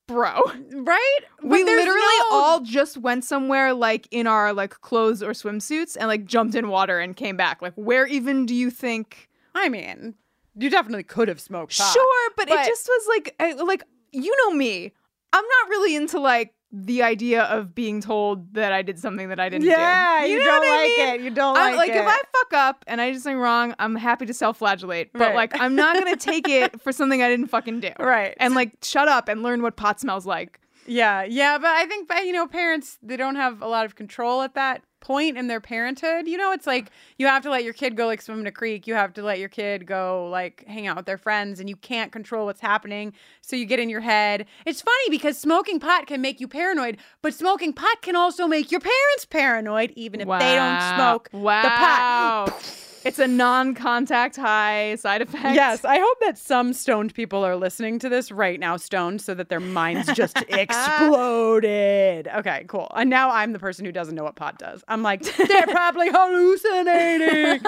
[SPEAKER 1] bro.
[SPEAKER 2] Right?
[SPEAKER 1] we
[SPEAKER 2] But there's
[SPEAKER 1] literally
[SPEAKER 2] no-
[SPEAKER 1] all just went somewhere like in our like clothes or swimsuits and like jumped in water and came back. Like, where even do you think?
[SPEAKER 2] I mean, you definitely could have smoked pot.
[SPEAKER 1] Sure, but,
[SPEAKER 2] But-
[SPEAKER 1] it just was like, I, like you know me, I'm not really into like the idea of being told that I did something that I didn't
[SPEAKER 2] Yeah,
[SPEAKER 1] do.
[SPEAKER 2] you,
[SPEAKER 1] know
[SPEAKER 2] don't
[SPEAKER 1] what I
[SPEAKER 2] like
[SPEAKER 1] mean?
[SPEAKER 2] it. You don't
[SPEAKER 1] I'm, like
[SPEAKER 2] like, it.
[SPEAKER 1] if I fuck up and I did something wrong, I'm happy to self-flagellate, but
[SPEAKER 2] Right.
[SPEAKER 1] like I'm not gonna take
[SPEAKER 2] (laughs)
[SPEAKER 1] it for something I didn't fucking do.
[SPEAKER 2] Right.
[SPEAKER 1] And like shut up and learn what pot smells like.
[SPEAKER 2] yeah, yeah, but I think but, you know, parents they don't have a lot of control at that point in their parenthood. You know, it's like you have to let your kid go like swim in a creek. You have to let your kid go like hang out with their friends, and you can't control what's happening. So you get in your head. It's funny because smoking pot can make you paranoid, but smoking pot can also make your parents paranoid, even if they don't smoke the pot.
[SPEAKER 1] wow. (laughs) It's a non-contact high side effect. (laughs)
[SPEAKER 2] Yes, I hope that some stoned people are listening to this right now, stoned, so that their minds just
[SPEAKER 1] (laughs)
[SPEAKER 2] exploded. Okay, cool. And now I'm the person who doesn't know what pot does. I'm like,
[SPEAKER 1] (laughs)
[SPEAKER 2] they're probably hallucinating.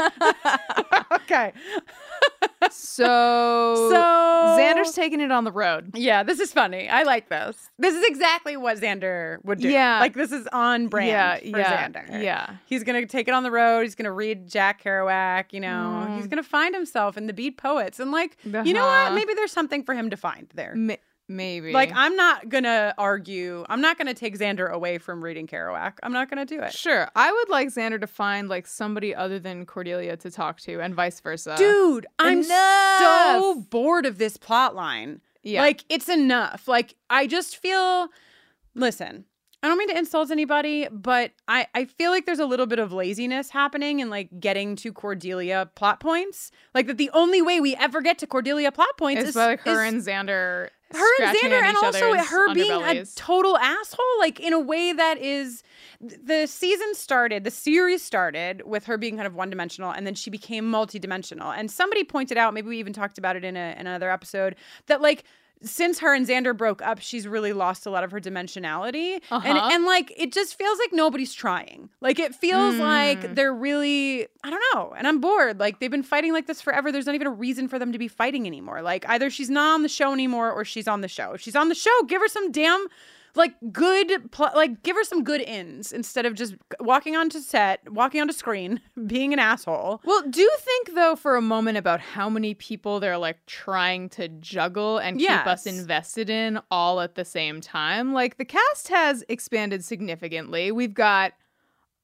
[SPEAKER 2] (laughs) okay,
[SPEAKER 1] So,
[SPEAKER 2] so
[SPEAKER 1] Xander's taking it on the road.
[SPEAKER 2] yeah, this is funny. I like this. This is exactly what Xander would do.
[SPEAKER 1] Yeah.
[SPEAKER 2] like this is on brand
[SPEAKER 1] Yeah,
[SPEAKER 2] for
[SPEAKER 1] yeah,
[SPEAKER 2] Xander.
[SPEAKER 1] yeah.
[SPEAKER 2] he's gonna take it on the road. He's gonna read Jack Kerouac. You know, he's gonna find himself in the beat poets, and like, you know what?
[SPEAKER 1] Mm. Uh-huh.
[SPEAKER 2] Maybe there's something for him to find there.
[SPEAKER 1] M- maybe.
[SPEAKER 2] Like I'm not gonna argue. I'm not gonna take Xander away from reading Kerouac. I'm not gonna do it.
[SPEAKER 1] sure. I would like Xander to find like somebody other than Cordelia to talk to, and vice versa.
[SPEAKER 2] Dude, I'm so
[SPEAKER 1] Enough.
[SPEAKER 2] bored of this plot line.
[SPEAKER 1] Yeah.
[SPEAKER 2] Like it's enough. Like I just feel listen, I don't mean to insult anybody, but I, I feel like there's a little bit of laziness happening in like getting to Cordelia plot points. Like that the only way we ever get to Cordelia plot points
[SPEAKER 1] It's
[SPEAKER 2] is
[SPEAKER 1] like
[SPEAKER 2] is-
[SPEAKER 1] her and Xander.
[SPEAKER 2] her and
[SPEAKER 1] scratching
[SPEAKER 2] Xander,
[SPEAKER 1] at
[SPEAKER 2] and
[SPEAKER 1] each
[SPEAKER 2] also
[SPEAKER 1] other's
[SPEAKER 2] her being a
[SPEAKER 1] underbellies.
[SPEAKER 2] total asshole, like in a way that is the season started, the series started with her being kind of one dimensional, and then she became multidimensional. And somebody pointed out, maybe we even talked about it in a, another episode, that like since her and Xander broke up, she's really lost a lot of her dimensionality. And
[SPEAKER 1] Uh-huh.
[SPEAKER 2] and like it just feels like nobody's trying. Like it feels
[SPEAKER 1] Mm.
[SPEAKER 2] like they're really I don't know. And I'm bored. Like they've been fighting like this forever. There's not even a reason for them to be fighting anymore. Like either she's not on the show anymore or she's on the show. If she's on the show, give her some damn like good pl- like give her some good ends instead of just walking onto set, walking onto screen, (laughs) being an asshole.
[SPEAKER 1] Well, do think though for a moment about how many people they're like trying to juggle and keep us
[SPEAKER 2] Yes.
[SPEAKER 1] invested in all at the same time. Like the cast has expanded significantly. We've got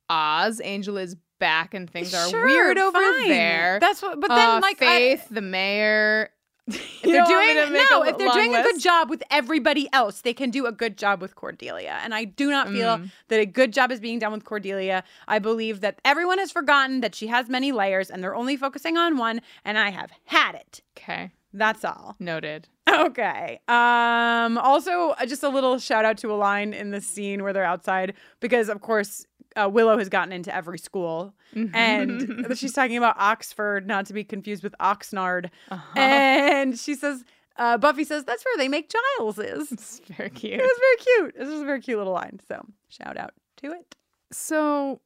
[SPEAKER 1] Oz, Angel is back, and things are
[SPEAKER 2] Sure,
[SPEAKER 1] weird over
[SPEAKER 2] fine.
[SPEAKER 1] there.
[SPEAKER 2] That's what but then
[SPEAKER 1] Uh,
[SPEAKER 2] like I-
[SPEAKER 1] Faith, the mayor. (laughs) If
[SPEAKER 2] If they're doing no, if they're doing a good job with everybody else, they can do a good job with Cordelia. And I do not feel that a good job is being done with Cordelia. I believe that everyone has forgotten that she has many layers and they're only focusing on one, and I have had it.
[SPEAKER 1] Okay,
[SPEAKER 2] That's all. (laughs)
[SPEAKER 1] noted.
[SPEAKER 2] Okay. Um also uh, just a little shout out to a line in the scene where they're outside because of course uh, Willow has gotten into every school
[SPEAKER 1] (laughs)
[SPEAKER 2] and she's talking about Oxford not to be confused with Oxnard.
[SPEAKER 1] Uh-huh.
[SPEAKER 2] And she says uh, Buffy says that's where they make Giles is. It
[SPEAKER 1] It's very cute.
[SPEAKER 2] was very cute. This is a very cute little line. So, shout out to it.
[SPEAKER 1] So,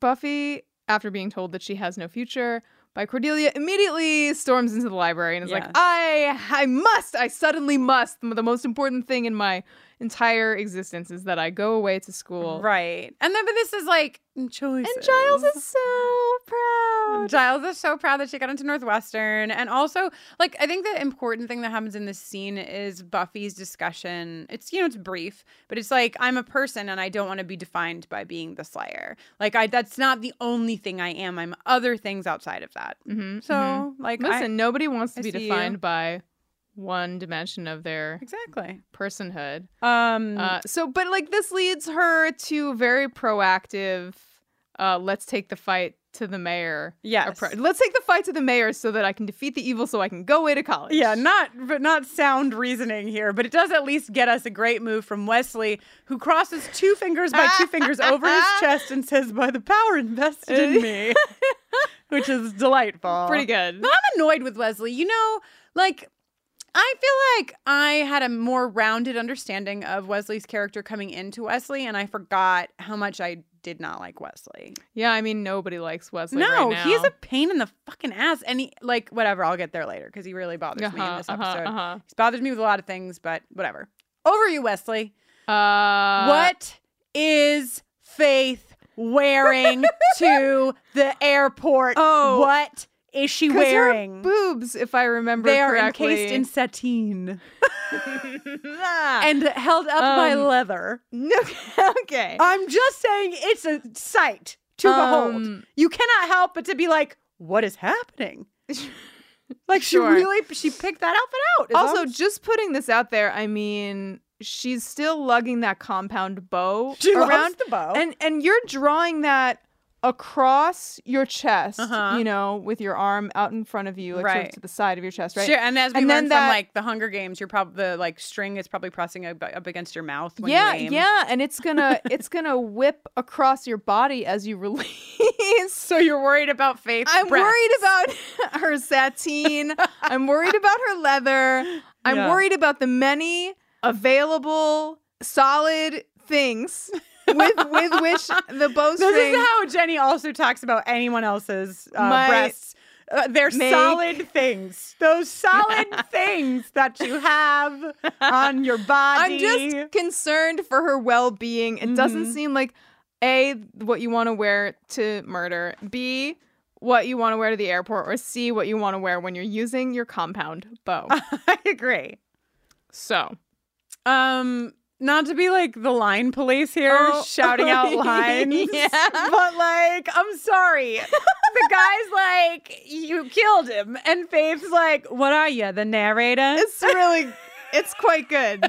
[SPEAKER 1] Buffy, after being told that she has no future by Cordelia, immediately storms into the library and is
[SPEAKER 2] Yes.
[SPEAKER 1] like, "I, I must, I suddenly must. The most important thing in my entire existence is that I go away to school."
[SPEAKER 2] Right. And then but this is like choices.
[SPEAKER 1] And Giles is so proud.
[SPEAKER 2] Giles is so proud that she got into Northwestern. And also, like, I think the important thing that happens in this scene is Buffy's discussion. It's, you know, it's brief, but it's like, I'm a person and I don't want to be defined by being the Slayer. Like, I that's not the only thing I am. I'm other things outside of that.
[SPEAKER 1] Mhm,
[SPEAKER 2] So,
[SPEAKER 1] mhm.
[SPEAKER 2] mm-hmm, like, I-
[SPEAKER 1] listen, nobody wants to
[SPEAKER 2] I
[SPEAKER 1] be
[SPEAKER 2] see you.
[SPEAKER 1] defined by one dimension of their
[SPEAKER 2] exactly.
[SPEAKER 1] personhood.
[SPEAKER 2] Um,
[SPEAKER 1] Uh, so, but like this leads her to a very proactive. Uh, let's take the fight to the mayor.
[SPEAKER 2] Yes.
[SPEAKER 1] appro- Let's take the fight to the mayor so that I can defeat the evil, so I can go away to college.
[SPEAKER 2] Yeah, not but not sound reasoning here, but it does at least get us a great move from Wesley, who crosses two fingers by two fingers over
[SPEAKER 1] (laughs)
[SPEAKER 2] his chest and says, "By the power invested in me," which is delightful.
[SPEAKER 1] pretty good.
[SPEAKER 2] But I'm annoyed with Wesley. You know, like I feel like I had a more rounded understanding of Wesley's character coming into Wesley, and I forgot how much I did not like Wesley.
[SPEAKER 1] Yeah, I mean nobody likes Wesley.
[SPEAKER 2] no,
[SPEAKER 1] right now.
[SPEAKER 2] he's a pain in the fucking ass, and he like whatever. I'll get there later because he really bothers me in
[SPEAKER 1] Uh-huh,
[SPEAKER 2] this
[SPEAKER 1] uh-huh,
[SPEAKER 2] episode.
[SPEAKER 1] uh-huh.
[SPEAKER 2] He's bothers me with a lot of things, but whatever. Over you, Wesley.
[SPEAKER 1] Uh,
[SPEAKER 2] what is Faith
[SPEAKER 1] (laughs)
[SPEAKER 2] wearing to the airport?
[SPEAKER 1] Oh.
[SPEAKER 2] what is she
[SPEAKER 1] 'Cause her
[SPEAKER 2] wearing?
[SPEAKER 1] boobs, if I remember
[SPEAKER 2] they are
[SPEAKER 1] correctly.
[SPEAKER 2] encased in sateen
[SPEAKER 1] (laughs) Ah,
[SPEAKER 2] and held up by
[SPEAKER 1] Um,
[SPEAKER 2] leather.
[SPEAKER 1] no, (laughs) okay.
[SPEAKER 2] I'm just saying it's a sight to behold.
[SPEAKER 1] Um,
[SPEAKER 2] You cannot help but to be like, what is happening? like
[SPEAKER 1] Sure.
[SPEAKER 2] she really she picked that outfit out. is all
[SPEAKER 1] (laughs) also,
[SPEAKER 2] I'm
[SPEAKER 1] just putting this out there, I mean, she's still lugging that compound bow
[SPEAKER 2] (laughs) She
[SPEAKER 1] around.
[SPEAKER 2] loves the bow.
[SPEAKER 1] and and you're drawing that across your chest,
[SPEAKER 2] Uh-huh.
[SPEAKER 1] you know, with your arm out in front of you, like sort of
[SPEAKER 2] Right.
[SPEAKER 1] to the side of your chest, right?
[SPEAKER 2] Sure, and as we
[SPEAKER 1] And
[SPEAKER 2] learned
[SPEAKER 1] then
[SPEAKER 2] from
[SPEAKER 1] that-
[SPEAKER 2] like the Hunger Games, you're probably the like string is probably pressing up, up against your mouth. When
[SPEAKER 1] yeah,
[SPEAKER 2] you aim.
[SPEAKER 1] yeah, and it's
[SPEAKER 2] (laughs)
[SPEAKER 1] gonna it's gonna whip across your body as you release. (laughs)
[SPEAKER 2] So you're worried about Faith.
[SPEAKER 1] I'm worried about (laughs) her sateen. I'm worried about her leather. I'm
[SPEAKER 2] Yeah.
[SPEAKER 1] worried about the many available solid
[SPEAKER 2] (laughs)
[SPEAKER 1] things with with which the bowstring.
[SPEAKER 2] This is how Jenny also talks about anyone else's uh,
[SPEAKER 1] My-
[SPEAKER 2] breasts. Uh, they're
[SPEAKER 1] Make-
[SPEAKER 2] solid things. Those solid
[SPEAKER 1] (laughs)
[SPEAKER 2] things that you have on your body. (laughs)
[SPEAKER 1] I'm just concerned for her well being. It doesn't seem like A, what you want to wear to murder, B, what you want to wear to the airport, or C, what you want to wear when you're using your compound (laughs) bow.
[SPEAKER 2] I agree.
[SPEAKER 1] so,
[SPEAKER 2] Um, not to be like the line police here,
[SPEAKER 1] Oh.
[SPEAKER 2] (laughs) shouting out (laughs) lines.
[SPEAKER 1] Yeah.
[SPEAKER 2] But like, I'm sorry. the guy's like, you killed him. And Faith's like, what are you, the narrator?
[SPEAKER 1] (laughs) it's really, it's quite good.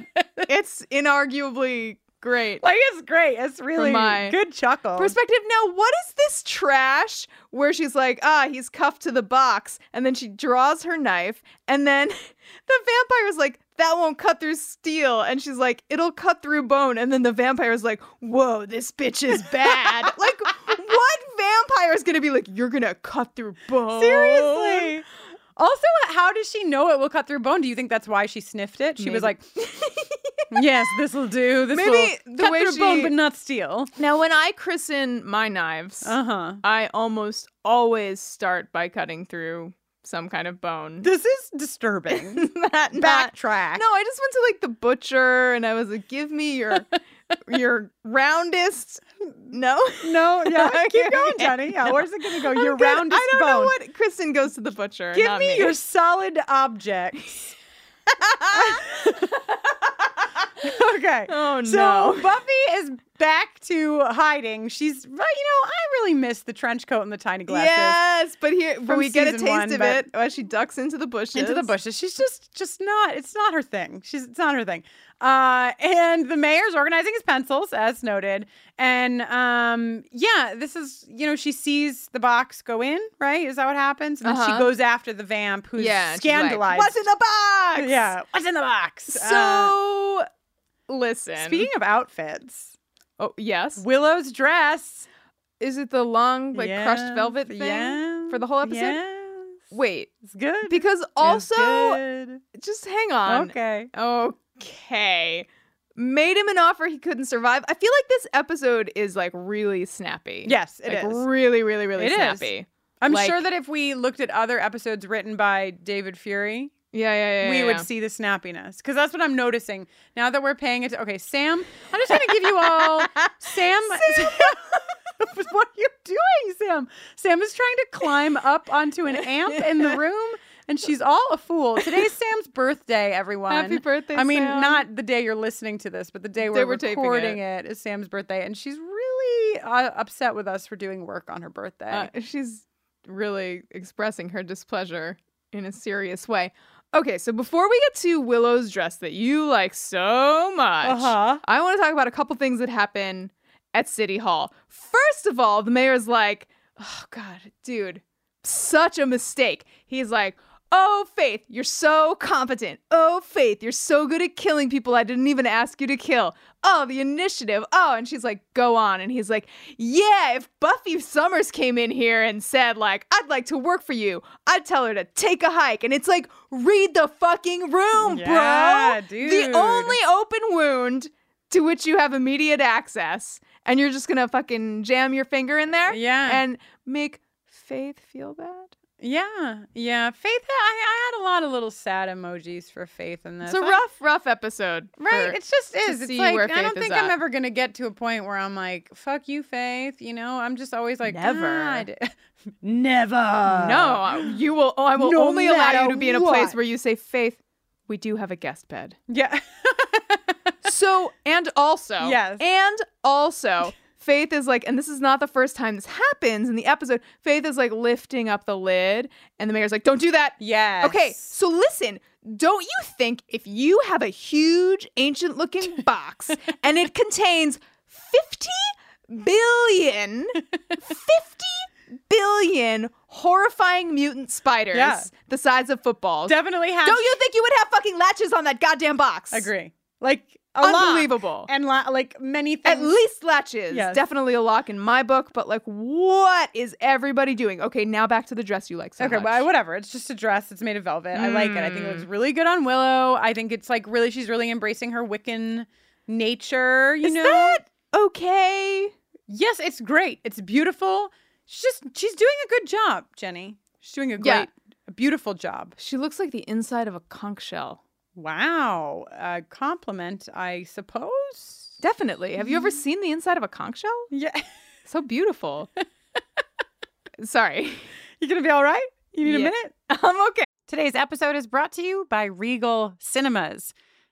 [SPEAKER 1] It's inarguably great.
[SPEAKER 2] Like it's great. It's really
[SPEAKER 1] my
[SPEAKER 2] good chuckle.
[SPEAKER 1] Perspective now, what is this trash where she's like, ah, he's cuffed to the box, and then she draws her knife, and then (laughs) the vampire's like, that won't cut through steel, and she's like, it'll cut through bone, and then the vampire's like, whoa, this bitch is
[SPEAKER 2] (laughs)
[SPEAKER 1] bad. like, what vampire is gonna be like, you're gonna cut through bone?
[SPEAKER 2] Seriously. Also, how does she know it will cut through bone? Do you think that's why she sniffed it? She was like, (laughs) "Yes, this will do. This
[SPEAKER 1] Maybe
[SPEAKER 2] will
[SPEAKER 1] the
[SPEAKER 2] cut
[SPEAKER 1] way
[SPEAKER 2] through bone,
[SPEAKER 1] she-
[SPEAKER 2] but not steel."
[SPEAKER 1] Now, when I christen my knives,
[SPEAKER 2] Uh huh.
[SPEAKER 1] I almost always start by cutting through some kind of bone.
[SPEAKER 2] This is (laughs) disturbing.
[SPEAKER 1] that (laughs) not-
[SPEAKER 2] Backtrack.
[SPEAKER 1] No, I just went to like the butcher and I was like, give me (laughs) your your (laughs) roundest. No. (laughs)
[SPEAKER 2] No, yeah, keep
[SPEAKER 1] Okay.
[SPEAKER 2] going, Jenny. Yeah, where's it gonna go?
[SPEAKER 1] I'm
[SPEAKER 2] Your
[SPEAKER 1] good.
[SPEAKER 2] roundest
[SPEAKER 1] I don't
[SPEAKER 2] bone.
[SPEAKER 1] know what Kristen goes to the butcher.
[SPEAKER 2] Give
[SPEAKER 1] not
[SPEAKER 2] me your solid objects. (laughs)
[SPEAKER 1] (laughs)
[SPEAKER 2] okay.
[SPEAKER 1] (laughs) Oh,
[SPEAKER 2] So
[SPEAKER 1] no.
[SPEAKER 2] Buffy is back to hiding. She's, but you know, I really miss the trench coat and the tiny glasses.
[SPEAKER 1] Yes, but here but
[SPEAKER 2] From
[SPEAKER 1] we get a taste
[SPEAKER 2] season one,
[SPEAKER 1] of
[SPEAKER 2] but-
[SPEAKER 1] it as she ducks into the bushes.
[SPEAKER 2] into the bushes. She's just just not it's not her thing. She's it's not her thing. Uh and the mayor's organizing his pencils as noted. And um yeah, this is you know she sees the box go in, right? Is that what happens? And then
[SPEAKER 1] Uh-huh.
[SPEAKER 2] she goes after the vamp who's
[SPEAKER 1] Yeah, she's like,
[SPEAKER 2] scandalized.
[SPEAKER 1] What's in the box?
[SPEAKER 2] Yeah, what's in the box? Uh,
[SPEAKER 1] So listen.
[SPEAKER 2] speaking of outfits,
[SPEAKER 1] oh yes.
[SPEAKER 2] Willow's dress
[SPEAKER 1] Is it the long like crushed
[SPEAKER 2] Yes,
[SPEAKER 1] velvet thing
[SPEAKER 2] yes,
[SPEAKER 1] for the whole episode?
[SPEAKER 2] yes.
[SPEAKER 1] Wait,
[SPEAKER 2] It's good. It's
[SPEAKER 1] because also
[SPEAKER 2] good.
[SPEAKER 1] just hang on.
[SPEAKER 2] okay.
[SPEAKER 1] Okay. Made him an offer he couldn't survive. I feel like this episode is like really snappy.
[SPEAKER 2] Yes, it
[SPEAKER 1] Like,
[SPEAKER 2] is.
[SPEAKER 1] really, really, really
[SPEAKER 2] It is.
[SPEAKER 1] snappy.
[SPEAKER 2] I'm
[SPEAKER 1] Like-
[SPEAKER 2] sure that if we looked at other episodes written by David Fury,
[SPEAKER 1] Yeah, yeah, yeah.
[SPEAKER 2] we
[SPEAKER 1] yeah,
[SPEAKER 2] would
[SPEAKER 1] yeah.
[SPEAKER 2] see the snappiness because that's what I'm noticing now that we're paying it. Okay, Sam, I'm just gonna give you
[SPEAKER 1] (laughs)
[SPEAKER 2] all Sam. (laughs) Sam. what are you doing, Sam? Sam is trying to climb up onto an amp
[SPEAKER 1] (laughs)
[SPEAKER 2] in the room, and she's all a fool. Today's Sam's birthday, everyone.
[SPEAKER 1] Happy birthday,
[SPEAKER 2] I mean,
[SPEAKER 1] Sam.
[SPEAKER 2] not the day you're listening to this, but the day
[SPEAKER 1] Day
[SPEAKER 2] we're,
[SPEAKER 1] we're taping
[SPEAKER 2] recording it is Sam's birthday, and she's really uh, upset with us for doing work on her birthday.
[SPEAKER 1] Uh, she's really expressing her displeasure in a serious way. Okay, so before we get to Willow's dress that you like so much,
[SPEAKER 2] Uh-huh.
[SPEAKER 1] I want to talk about a couple things that happen at City Hall. First of all, the mayor's like, oh, God, dude, such a mistake. He's like, Oh, Faith, you're so competent. Oh, Faith, you're so good at killing people I didn't even ask you to kill. Oh, the initiative. Oh, and she's like, Go on. And he's like, Yeah, if Buffy Summers came in here and said, like, I'd like to work for you, I'd tell her to take a hike. And it's like, Read the fucking room,
[SPEAKER 2] Yeah,
[SPEAKER 1] bro.
[SPEAKER 2] dude.
[SPEAKER 1] The only open wound to which you have immediate access. And you're just going to fucking jam your finger in there
[SPEAKER 2] Yeah.
[SPEAKER 1] and make Faith feel bad.
[SPEAKER 2] Yeah, yeah. Faith, I, I had a lot of little sad emojis for Faith in this.
[SPEAKER 1] It's a
[SPEAKER 2] I-
[SPEAKER 1] rough, rough episode.
[SPEAKER 2] right?
[SPEAKER 1] for-
[SPEAKER 2] It just is. It's
[SPEAKER 1] see
[SPEAKER 2] like
[SPEAKER 1] where
[SPEAKER 2] I don't
[SPEAKER 1] Faith is
[SPEAKER 2] think
[SPEAKER 1] at.
[SPEAKER 2] I'm ever gonna get to a point where I'm like, "Fuck you, Faith." You know, I'm just always like,
[SPEAKER 1] Never.
[SPEAKER 2] "God." never.
[SPEAKER 1] no, you will. Oh, I will
[SPEAKER 2] Uh, No
[SPEAKER 1] only allow you
[SPEAKER 2] matter
[SPEAKER 1] to be in a place
[SPEAKER 2] what.
[SPEAKER 1] where you say, "Faith, we do have a guest
[SPEAKER 2] (laughs)
[SPEAKER 1] bed."
[SPEAKER 2] Yeah.
[SPEAKER 1] so, and also,
[SPEAKER 2] Yes.
[SPEAKER 1] and also. Faith is like, and this is not the first time this happens in the episode. Faith is like lifting up the lid, and the mayor's like, "Don't do that.
[SPEAKER 2] yes.
[SPEAKER 1] Okay, so listen, don't you think if you have a huge ancient
[SPEAKER 2] (laughs)
[SPEAKER 1] looking box and it contains 50
[SPEAKER 2] (laughs)
[SPEAKER 1] billion 50 billion horrifying mutant spiders
[SPEAKER 2] Yeah.
[SPEAKER 1] the size of footballs.
[SPEAKER 2] definitely have.
[SPEAKER 1] don't you think you would have fucking latches on that goddamn box?
[SPEAKER 2] agree? Like a lock
[SPEAKER 1] Unbelievable.
[SPEAKER 2] and lo- like many things.
[SPEAKER 1] At least latches.
[SPEAKER 2] Yes.
[SPEAKER 1] Definitely a lock in my book, but like what is everybody doing? Okay, now back to the dress you like so
[SPEAKER 2] Okay,
[SPEAKER 1] much. Mm.
[SPEAKER 2] well, whatever. It's just a dress. It's made of velvet. I like it. I think it looks really good on Willow. I think it's like really, she's really embracing her Wiccan nature. You
[SPEAKER 1] is
[SPEAKER 2] know,
[SPEAKER 1] that okay?
[SPEAKER 2] Yes, it's great. It's beautiful. She's just she's doing a good job, Jenny. She's doing a great,
[SPEAKER 1] Yeah.
[SPEAKER 2] a beautiful job.
[SPEAKER 1] She looks like the inside of a conch shell.
[SPEAKER 2] Wow, a compliment, I suppose.
[SPEAKER 1] Definitely. Have you ever seen the inside of a conch shell?
[SPEAKER 2] Yeah, (laughs)
[SPEAKER 1] So (laughs) beautiful. Sorry.
[SPEAKER 2] you gonna be all right? You need
[SPEAKER 1] Yeah.
[SPEAKER 2] a minute. (laughs)
[SPEAKER 1] I'm okay.
[SPEAKER 2] Today's episode is brought to you by Regal Cinemas.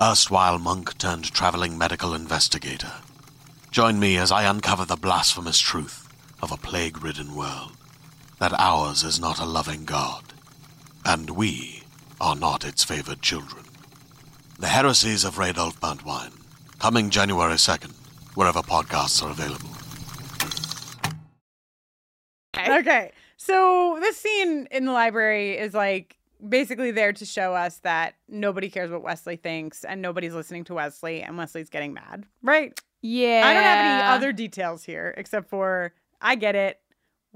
[SPEAKER 4] erstwhile monk turned traveling medical investigator. Join me as I uncover the blasphemous truth of a plague ridden world that ours is not a loving God, and we are not its favored children. The heresies of Radolf Buntwine, coming January 2nd, wherever podcasts are available.
[SPEAKER 2] Okay. So this scene in the library is like basically there to show us that nobody cares what Wesley thinks and nobody's listening to Wesley and Wesley's getting mad. Right?
[SPEAKER 1] Yeah.
[SPEAKER 2] I don't have any other details here except for I get it.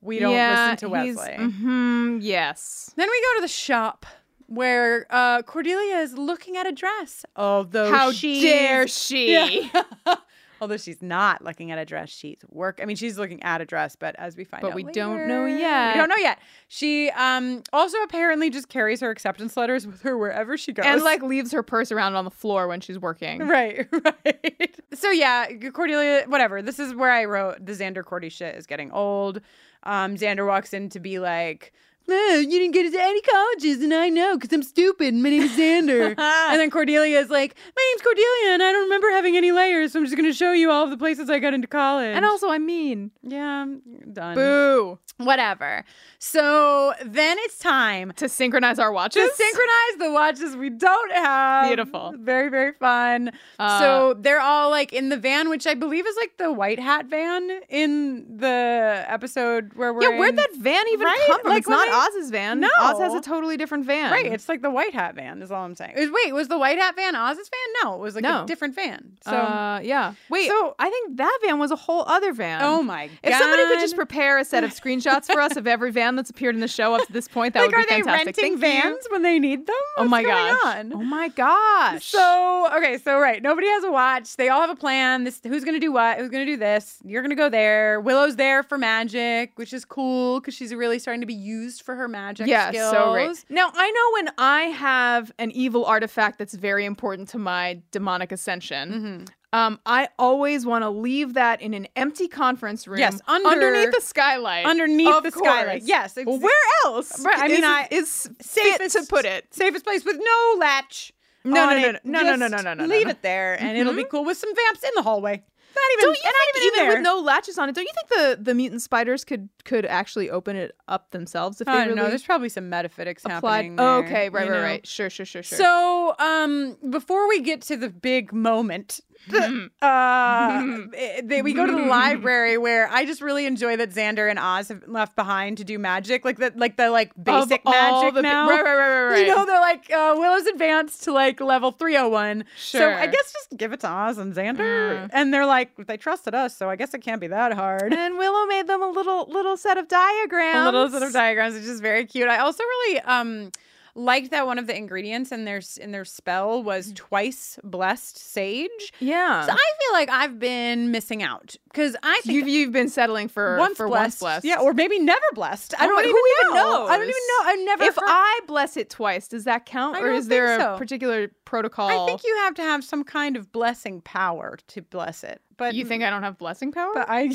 [SPEAKER 2] We don't listen to Wesley.
[SPEAKER 1] hmm yes.
[SPEAKER 2] Then we go to the shop where uh, Cordelia is looking at a dress. Although
[SPEAKER 1] How (laughs)
[SPEAKER 2] she's-
[SPEAKER 1] dare Oh, she?
[SPEAKER 2] Yeah. (laughs) Although she's not looking at a dress, she's work. I mean, she's looking at a dress, but as we find
[SPEAKER 1] But
[SPEAKER 2] out,
[SPEAKER 1] we don't know
[SPEAKER 2] later-
[SPEAKER 1] yet.
[SPEAKER 2] We don't know yet. She um also apparently just carries her acceptance letters with her wherever she goes.
[SPEAKER 1] And like leaves her purse around on the floor when she's working.
[SPEAKER 2] Right, (laughs) right. So yeah, Cordelia, whatever. This is where I wrote the Xander Cordy shit is getting old. Um, Xander walks in to be like, "No, you didn't get into any colleges, and I know because I'm stupid. and My
[SPEAKER 1] (laughs)
[SPEAKER 2] name's Xander." and then Cordelia is like, "My name's Cordelia, and I don't remember having any layers, so I'm just gonna show you all of the places I got into college."
[SPEAKER 1] And also, I mean,
[SPEAKER 2] yeah, I'm done.
[SPEAKER 1] boo.
[SPEAKER 2] Whatever. So then it's time
[SPEAKER 1] To synchronize our watches?
[SPEAKER 2] to synchronize the watches we don't have.
[SPEAKER 1] Beautiful.
[SPEAKER 2] Very, very fun.
[SPEAKER 1] Uh,
[SPEAKER 2] so they're all like in the van, which I believe is like the white hat van in the episode where we're
[SPEAKER 1] Yeah, where'd
[SPEAKER 2] in-
[SPEAKER 1] that van even
[SPEAKER 2] Right?
[SPEAKER 1] come from?
[SPEAKER 2] Like,
[SPEAKER 1] it's not
[SPEAKER 2] when I-
[SPEAKER 1] Oz's van.
[SPEAKER 2] No.
[SPEAKER 1] Oz has a totally different van.
[SPEAKER 2] Right, it's like the white hat van is all I'm saying. It was- wait, was the white hat van Oz's van? No, it was like
[SPEAKER 1] No.
[SPEAKER 2] a different van. So
[SPEAKER 1] uh, yeah. Wait,
[SPEAKER 2] so-
[SPEAKER 1] I think that van was a whole other van.
[SPEAKER 2] Oh my god.
[SPEAKER 1] If somebody could just prepare a set of screenshots for us of every van that's appeared in the show up to this point, that
[SPEAKER 2] like,
[SPEAKER 1] would be
[SPEAKER 2] are they
[SPEAKER 1] fantastic.
[SPEAKER 2] renting
[SPEAKER 1] Thank you.
[SPEAKER 2] vans when they need them?
[SPEAKER 1] Oh my
[SPEAKER 2] What's going
[SPEAKER 1] gosh.
[SPEAKER 2] on?
[SPEAKER 1] Oh my gosh.
[SPEAKER 2] So okay, so right, nobody has a watch. They all have a plan. This who's gonna do what? Who's gonna do this? You're gonna go there. Willow's there for magic, which is cool because she's really starting to be used for her magic
[SPEAKER 1] yeah,
[SPEAKER 2] skills.
[SPEAKER 1] so great. Now I know when I have an evil artifact that's very important to my demonic ascension.
[SPEAKER 2] Mm-hmm.
[SPEAKER 1] Um, I always want to leave that in an empty conference room.
[SPEAKER 2] Yes, under-
[SPEAKER 1] underneath the skylight.
[SPEAKER 2] Underneath
[SPEAKER 1] Of
[SPEAKER 2] the
[SPEAKER 1] course.
[SPEAKER 2] skylight. Yes,
[SPEAKER 1] Well,
[SPEAKER 2] ex-
[SPEAKER 1] where else?
[SPEAKER 2] Right, I mean,
[SPEAKER 1] is,
[SPEAKER 2] I-
[SPEAKER 1] is fit
[SPEAKER 2] Safest
[SPEAKER 1] to put it.
[SPEAKER 2] Safest place with no latch.
[SPEAKER 1] No,
[SPEAKER 2] on
[SPEAKER 1] no, no,
[SPEAKER 2] it.
[SPEAKER 1] no, no, no,
[SPEAKER 2] Just
[SPEAKER 1] no, no, no,
[SPEAKER 2] Leave
[SPEAKER 1] no. Mm-hmm.
[SPEAKER 2] it there, and it'll be cool with some vamps in the hallway. Not even.
[SPEAKER 1] Don't you
[SPEAKER 2] and not
[SPEAKER 1] think
[SPEAKER 2] even, in
[SPEAKER 1] even
[SPEAKER 2] there.
[SPEAKER 1] with no latches on it? Don't you think the the mutant spiders could could actually open it up themselves if they
[SPEAKER 2] I don't
[SPEAKER 1] really
[SPEAKER 2] know. Oh, There's probably some metaphysics
[SPEAKER 1] applied?
[SPEAKER 2] happening.
[SPEAKER 1] Oh,
[SPEAKER 2] there,
[SPEAKER 1] okay, right,
[SPEAKER 2] you
[SPEAKER 1] right,
[SPEAKER 2] know?
[SPEAKER 1] right. Sure, sure, sure, sure.
[SPEAKER 2] So, um, before we get to the
[SPEAKER 1] (laughs)
[SPEAKER 2] big moment,
[SPEAKER 1] Mm-hmm.
[SPEAKER 2] the, uh, eh, they, we go to the library where I just really enjoy that Xander and Oz have left behind to do magic, like the like the like
[SPEAKER 1] Of
[SPEAKER 2] basic
[SPEAKER 1] all
[SPEAKER 2] magic
[SPEAKER 1] the-
[SPEAKER 2] now.
[SPEAKER 1] Right, right, right, right, right.
[SPEAKER 2] You know, they're like uh, Willow's advanced to like level three hundred one. So I
[SPEAKER 1] Sure. Mm.
[SPEAKER 2] guess just give it to Oz and Xander, and they're like they trusted us, so I guess it can't be that hard.
[SPEAKER 1] and Willow made them a little little set of diagrams.
[SPEAKER 2] A little set of diagrams, which is very cute. I also really um Liked that one of the ingredients in their s- in their spell was twice blessed sage.
[SPEAKER 1] Mm. Yeah.
[SPEAKER 2] So I feel like I've been missing out because I think
[SPEAKER 1] you've you've been settling for
[SPEAKER 2] once
[SPEAKER 1] for
[SPEAKER 2] blessed,
[SPEAKER 1] once blessed.
[SPEAKER 2] yeah, or maybe never blessed. I
[SPEAKER 1] Oh,
[SPEAKER 2] don't
[SPEAKER 1] but
[SPEAKER 2] even,
[SPEAKER 1] who even
[SPEAKER 2] know. I don't
[SPEAKER 1] knows?
[SPEAKER 2] even know. I've never.
[SPEAKER 1] if
[SPEAKER 2] heard-
[SPEAKER 1] I bless it twice, does that count,
[SPEAKER 2] I
[SPEAKER 1] or
[SPEAKER 2] don't
[SPEAKER 1] is there
[SPEAKER 2] think
[SPEAKER 1] a
[SPEAKER 2] so.
[SPEAKER 1] particular protocol?
[SPEAKER 2] I think you have to have some kind of blessing power to bless it. But
[SPEAKER 1] You think I don't have blessing power?
[SPEAKER 2] But I, (laughs)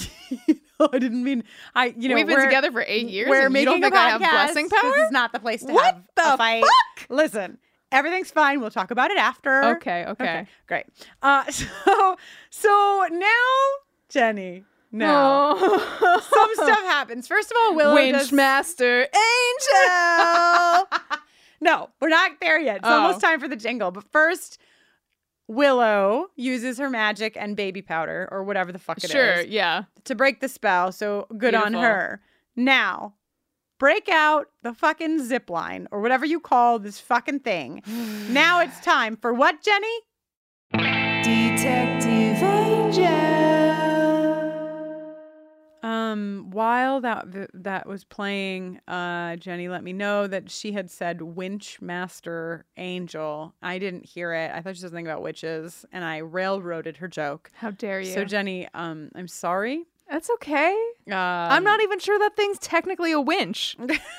[SPEAKER 2] no, I didn't mean I. You know,
[SPEAKER 1] We've been
[SPEAKER 2] we're-
[SPEAKER 1] together for eight years.
[SPEAKER 2] We're
[SPEAKER 1] and
[SPEAKER 2] making
[SPEAKER 1] you don't think
[SPEAKER 2] a
[SPEAKER 1] I have
[SPEAKER 2] podcast.
[SPEAKER 1] blessing power?
[SPEAKER 2] This is not the place to
[SPEAKER 1] What
[SPEAKER 2] have
[SPEAKER 1] the
[SPEAKER 2] a fight.
[SPEAKER 1] fuck?
[SPEAKER 2] Listen, everything's fine. We'll talk about it after.
[SPEAKER 1] Okay, okay.
[SPEAKER 2] great. Uh, (laughs) so, so now, Jenny. Now,
[SPEAKER 1] Oh.
[SPEAKER 2] (laughs)
[SPEAKER 1] (laughs)
[SPEAKER 2] some stuff happens. First of all, Willow does.
[SPEAKER 1] Winchmaster (laughs) Angel.
[SPEAKER 2] No, we're not there yet. It's
[SPEAKER 1] Oh.
[SPEAKER 2] almost time for the jingle. But first, Willow uses her magic and baby powder or whatever the fuck it is.
[SPEAKER 1] sure, yeah.
[SPEAKER 2] to break the spell. So good on
[SPEAKER 1] Beautiful.
[SPEAKER 2] her. Now, break out the fucking zip line or whatever you call this fucking (sighs) thing. now it's time for what, Jenny?
[SPEAKER 1] Detective Angel.
[SPEAKER 2] Um, while that that was playing, uh, Jenny let me know that she had said winch master angel. I didn't hear it. I thought she said something about witches, and I railroaded her joke.
[SPEAKER 1] How dare you?
[SPEAKER 2] So Jenny, um, I'm sorry. Uh,
[SPEAKER 1] That's okay. I'm not even sure that thing's technically a winch.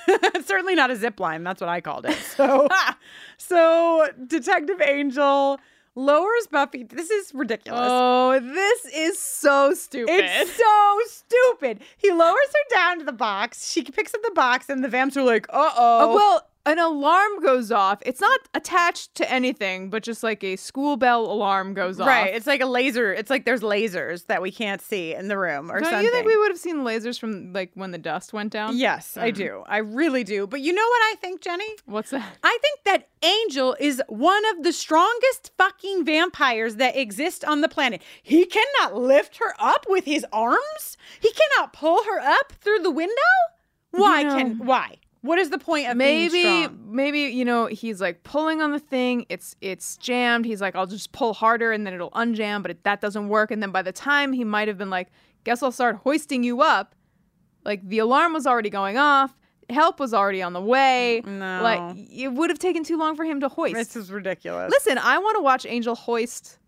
[SPEAKER 2] It's (laughs) certainly not a zip line. That's what I
[SPEAKER 1] (laughs)
[SPEAKER 2] called it. So, (laughs) so Detective Angel lowers Buffy. This is ridiculous.
[SPEAKER 1] Oh, this is so stupid.
[SPEAKER 2] it's so stupid. He lowers her down to the box. She picks up the box, and the vamps are like, "Uh
[SPEAKER 1] Uh,
[SPEAKER 2] oh."
[SPEAKER 1] well, an alarm goes off. It's not attached to anything, but just like a school bell alarm goes off.
[SPEAKER 2] right. It's like a laser. It's like there's lasers that we can't see in the room or
[SPEAKER 1] Don't
[SPEAKER 2] something.
[SPEAKER 1] you think we would Hmm. have seen lasers from like when the dust went down?
[SPEAKER 2] Yes, I do. I really do. But you know what I think, Jenny?
[SPEAKER 1] What's that?
[SPEAKER 2] I think that Angel is one of the strongest fucking vampires that exist on the planet. He cannot lift her up with his arms. He cannot pull her up through the window. Why
[SPEAKER 1] You know-
[SPEAKER 2] can why? What is the point of being
[SPEAKER 1] Maybe,
[SPEAKER 2] strong?
[SPEAKER 1] maybe you know he's like pulling on the thing. It's it's jammed. He's like, I'll just pull harder and then it'll unjam. But it, that doesn't work. And then by the time he might have been like, guess I'll start hoisting you up. Like the alarm was already going off. Help was already on the way.
[SPEAKER 2] No.
[SPEAKER 1] Like it would have taken too long for him to hoist.
[SPEAKER 2] This is ridiculous.
[SPEAKER 1] Listen, I want to watch Angel hoist.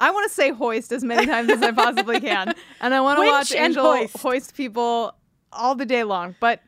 [SPEAKER 1] I want to say hoist as many times as I possibly
[SPEAKER 2] (laughs)
[SPEAKER 1] can, and I want to
[SPEAKER 2] Winch
[SPEAKER 1] watch
[SPEAKER 2] and
[SPEAKER 1] Angel
[SPEAKER 2] hoist.
[SPEAKER 1] hoist. people all the day long. But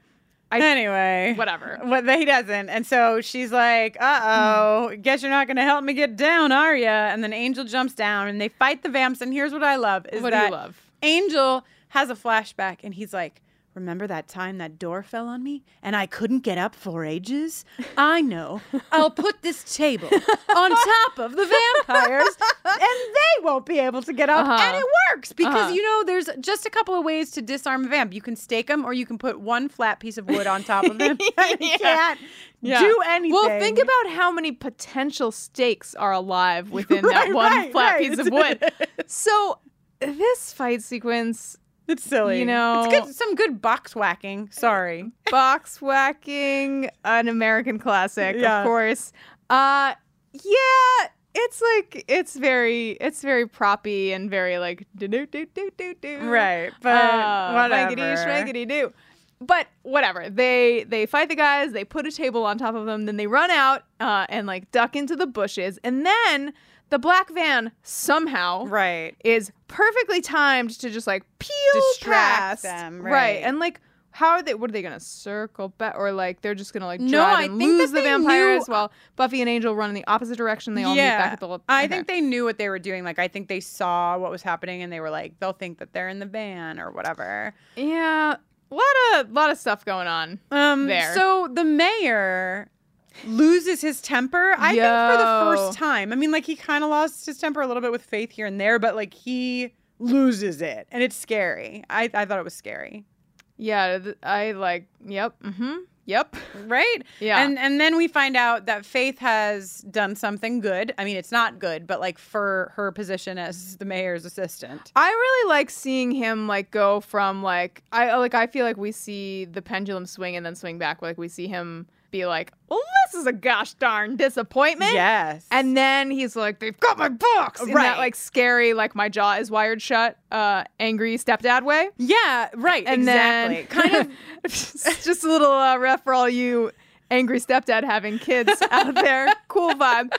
[SPEAKER 2] anyway,
[SPEAKER 1] Whatever.
[SPEAKER 2] What he doesn't, and so she's like, "Uh oh, guess you're not gonna help me get down, are ya?" And then Angel jumps down, and they fight the vamps. And here's what I love: is
[SPEAKER 1] What do you
[SPEAKER 2] that
[SPEAKER 1] love?
[SPEAKER 2] Angel has a flashback, and he's like. Remember that time that door fell on me and I couldn't get up for ages? I know. I'll put this table
[SPEAKER 1] (laughs)
[SPEAKER 2] on top of the vampires and they won't be able to get up. And
[SPEAKER 1] Uh-huh.
[SPEAKER 2] it works because
[SPEAKER 1] Uh-huh.
[SPEAKER 2] you know there's just a couple of ways to disarm a vamp. You can stake them or you can put one flat piece of wood on top of
[SPEAKER 1] (laughs)
[SPEAKER 2] them. (laughs) You can't do anything.
[SPEAKER 1] Well, think about how many potential stakes are alive within
[SPEAKER 2] (laughs) Right,
[SPEAKER 1] that one
[SPEAKER 2] right,
[SPEAKER 1] flat
[SPEAKER 2] right.
[SPEAKER 1] piece of wood. so this fight sequence,
[SPEAKER 2] (laughs) It's silly.
[SPEAKER 1] you know-
[SPEAKER 2] it's good, some good box whacking. Sorry.
[SPEAKER 1] box whacking, an American classic,
[SPEAKER 2] Yeah.
[SPEAKER 1] of course. Uh, yeah, it's like it's very it's very proppy and very like do do do do do do. (laughs)
[SPEAKER 2] Right, but whatever.
[SPEAKER 1] Shraggity do. Ah, But whatever. They they fight the guys. They put a table on top of them. Then they run out uh, and like duck into the bushes. And then the black van somehow
[SPEAKER 2] Right.
[SPEAKER 1] is perfectly timed to just like peel past
[SPEAKER 2] Distract them, right.
[SPEAKER 1] And like, how are they? What are they gonna circle back? Or like, they're just gonna like
[SPEAKER 2] No,
[SPEAKER 1] drive
[SPEAKER 2] I
[SPEAKER 1] and
[SPEAKER 2] think that
[SPEAKER 1] lose the
[SPEAKER 2] they
[SPEAKER 1] vampire
[SPEAKER 2] knew-
[SPEAKER 1] as well. Buffy and Angel run in the opposite direction. They all meet back at the.
[SPEAKER 2] I
[SPEAKER 1] okay.
[SPEAKER 2] think they knew what they were doing. Like I think they saw what was happening and they were like, they'll think that they're in the van or whatever.
[SPEAKER 1] Yeah, a lot of lot of stuff going on.
[SPEAKER 2] Um
[SPEAKER 1] There.
[SPEAKER 2] so the mayor loses his temper, I think for the
[SPEAKER 1] Yo.
[SPEAKER 2] first time. I mean, like he kind of lost his temper a little bit with faith here and there, but like he loses it. And it's scary. I, I thought it was scary.
[SPEAKER 1] Yeah, th- I like. Yep. Mm-hmm. Yep. (laughs)
[SPEAKER 2] Right?
[SPEAKER 1] Yeah.
[SPEAKER 2] And and then we find out that Faith has done something good. I mean, it's not good, but like for her position as the mayor's assistant.
[SPEAKER 1] I really like seeing him like go from like I uh, like I feel like we see the pendulum swing and then swing back. Like we see him be like, "Well, this is a gosh darn disappointment."
[SPEAKER 2] Yes.
[SPEAKER 1] And then he's like, "They've got my box." In
[SPEAKER 2] Right.
[SPEAKER 1] that like scary, like my jaw is wired shut, uh, angry stepdad way.
[SPEAKER 2] Yeah, right.
[SPEAKER 1] And (laughs)
[SPEAKER 2] exactly.
[SPEAKER 1] then kind of just a little uh, ref for all you angry stepdad having kids
[SPEAKER 2] (laughs)
[SPEAKER 1] out there. Cool vibe.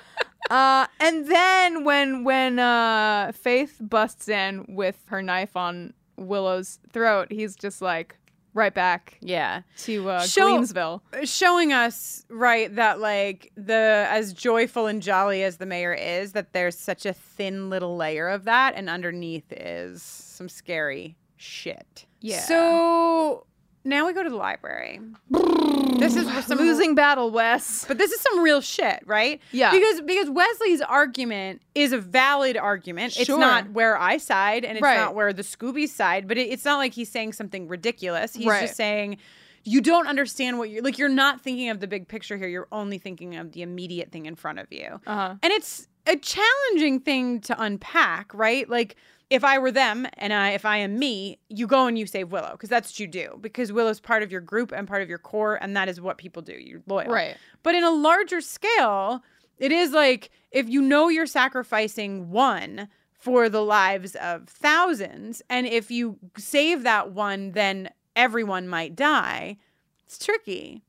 [SPEAKER 1] Uh, and then when when uh, Faith busts in with her knife on Willow's throat, he's just like right back
[SPEAKER 2] Yeah.
[SPEAKER 1] to uh,
[SPEAKER 2] Show- (sighs)
[SPEAKER 1] Gleamsville.
[SPEAKER 2] showing us right that like the as joyful and jolly as the mayor is that there's such a thin little layer of that and underneath is some scary shit
[SPEAKER 1] Yeah.
[SPEAKER 2] so now we go to the library this is where some
[SPEAKER 1] Losing battle, Wes.
[SPEAKER 2] but this is some real shit, right?
[SPEAKER 1] Yeah.
[SPEAKER 2] Because because Wesley's argument is a valid argument.
[SPEAKER 1] Sure.
[SPEAKER 2] It's not where I side and it's
[SPEAKER 1] Right.
[SPEAKER 2] not where the Scooby side, but it, it's not like he's saying something ridiculous. He's
[SPEAKER 1] Right.
[SPEAKER 2] just saying you don't understand what you're like you're not thinking of the big picture here. You're only thinking of the immediate thing in front of you.
[SPEAKER 1] Uh-huh.
[SPEAKER 2] And it's a challenging thing to unpack, right? Like if I were them and I if I am me, you go and you save Willow because that's what you do because Willow's part of your group and part of your core and that is what people do. You're loyal.
[SPEAKER 1] Right.
[SPEAKER 2] But in a larger scale, it is like if you know you're sacrificing one for the lives of thousands and if you save that one then everyone might die. It's tricky.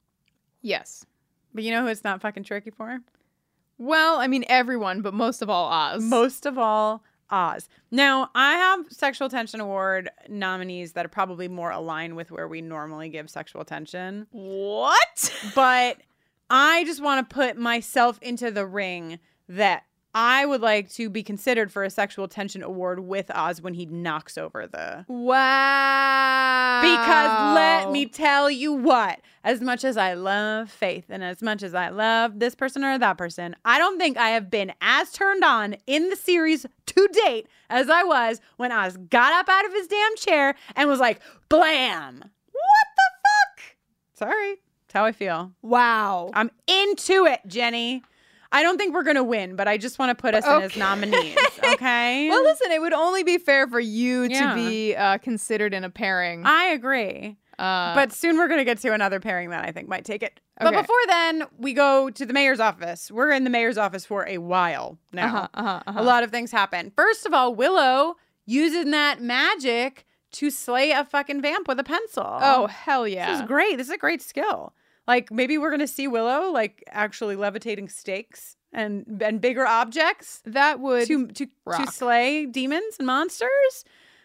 [SPEAKER 1] Yes.
[SPEAKER 2] But you know who it's not fucking tricky for?
[SPEAKER 1] Well, I mean everyone, but most of all Oz.
[SPEAKER 2] Most of all, Oz. Now, I have sexual attention award nominees that are probably more aligned with where we normally give sexual attention,
[SPEAKER 1] what?
[SPEAKER 2] but I just want to put myself into the ring that I would like to be considered for a sexual attention award with Oz when he knocks over the
[SPEAKER 1] Wow.
[SPEAKER 2] because let me tell you what, as much as I love Faith and as much as I love this person or that person, I don't think I have been as turned on in the series to date as I was when Oz got up out of his damn chair and was like, blam. What the fuck? Sorry. That's how I feel.
[SPEAKER 1] Wow.
[SPEAKER 2] I'm into it, Jenny. I don't think we're going to win, but I just want to put us in as
[SPEAKER 1] Okay. (laughs)
[SPEAKER 2] nominees, okay?
[SPEAKER 1] Well, listen, it would only be fair for you
[SPEAKER 2] Yeah.
[SPEAKER 1] to be uh, considered in a pairing.
[SPEAKER 2] I agree.
[SPEAKER 1] uh,
[SPEAKER 2] but soon we're going to get to another pairing that I think might take it. But
[SPEAKER 1] Okay.
[SPEAKER 2] before then, we go to the mayor's office. We're in the mayor's office for a while now.
[SPEAKER 1] uh-huh, uh-huh, uh-huh.
[SPEAKER 2] A lot of things happen. First of all, Willow using that magic to slay a fucking vamp with a pencil.
[SPEAKER 1] Oh hell yeah!
[SPEAKER 2] this is great. This is a great skill. Like maybe we're going to see Willow like actually levitating stakes and and bigger objects
[SPEAKER 1] That would
[SPEAKER 2] to to, to
[SPEAKER 1] rock.
[SPEAKER 2] slay demons and monsters.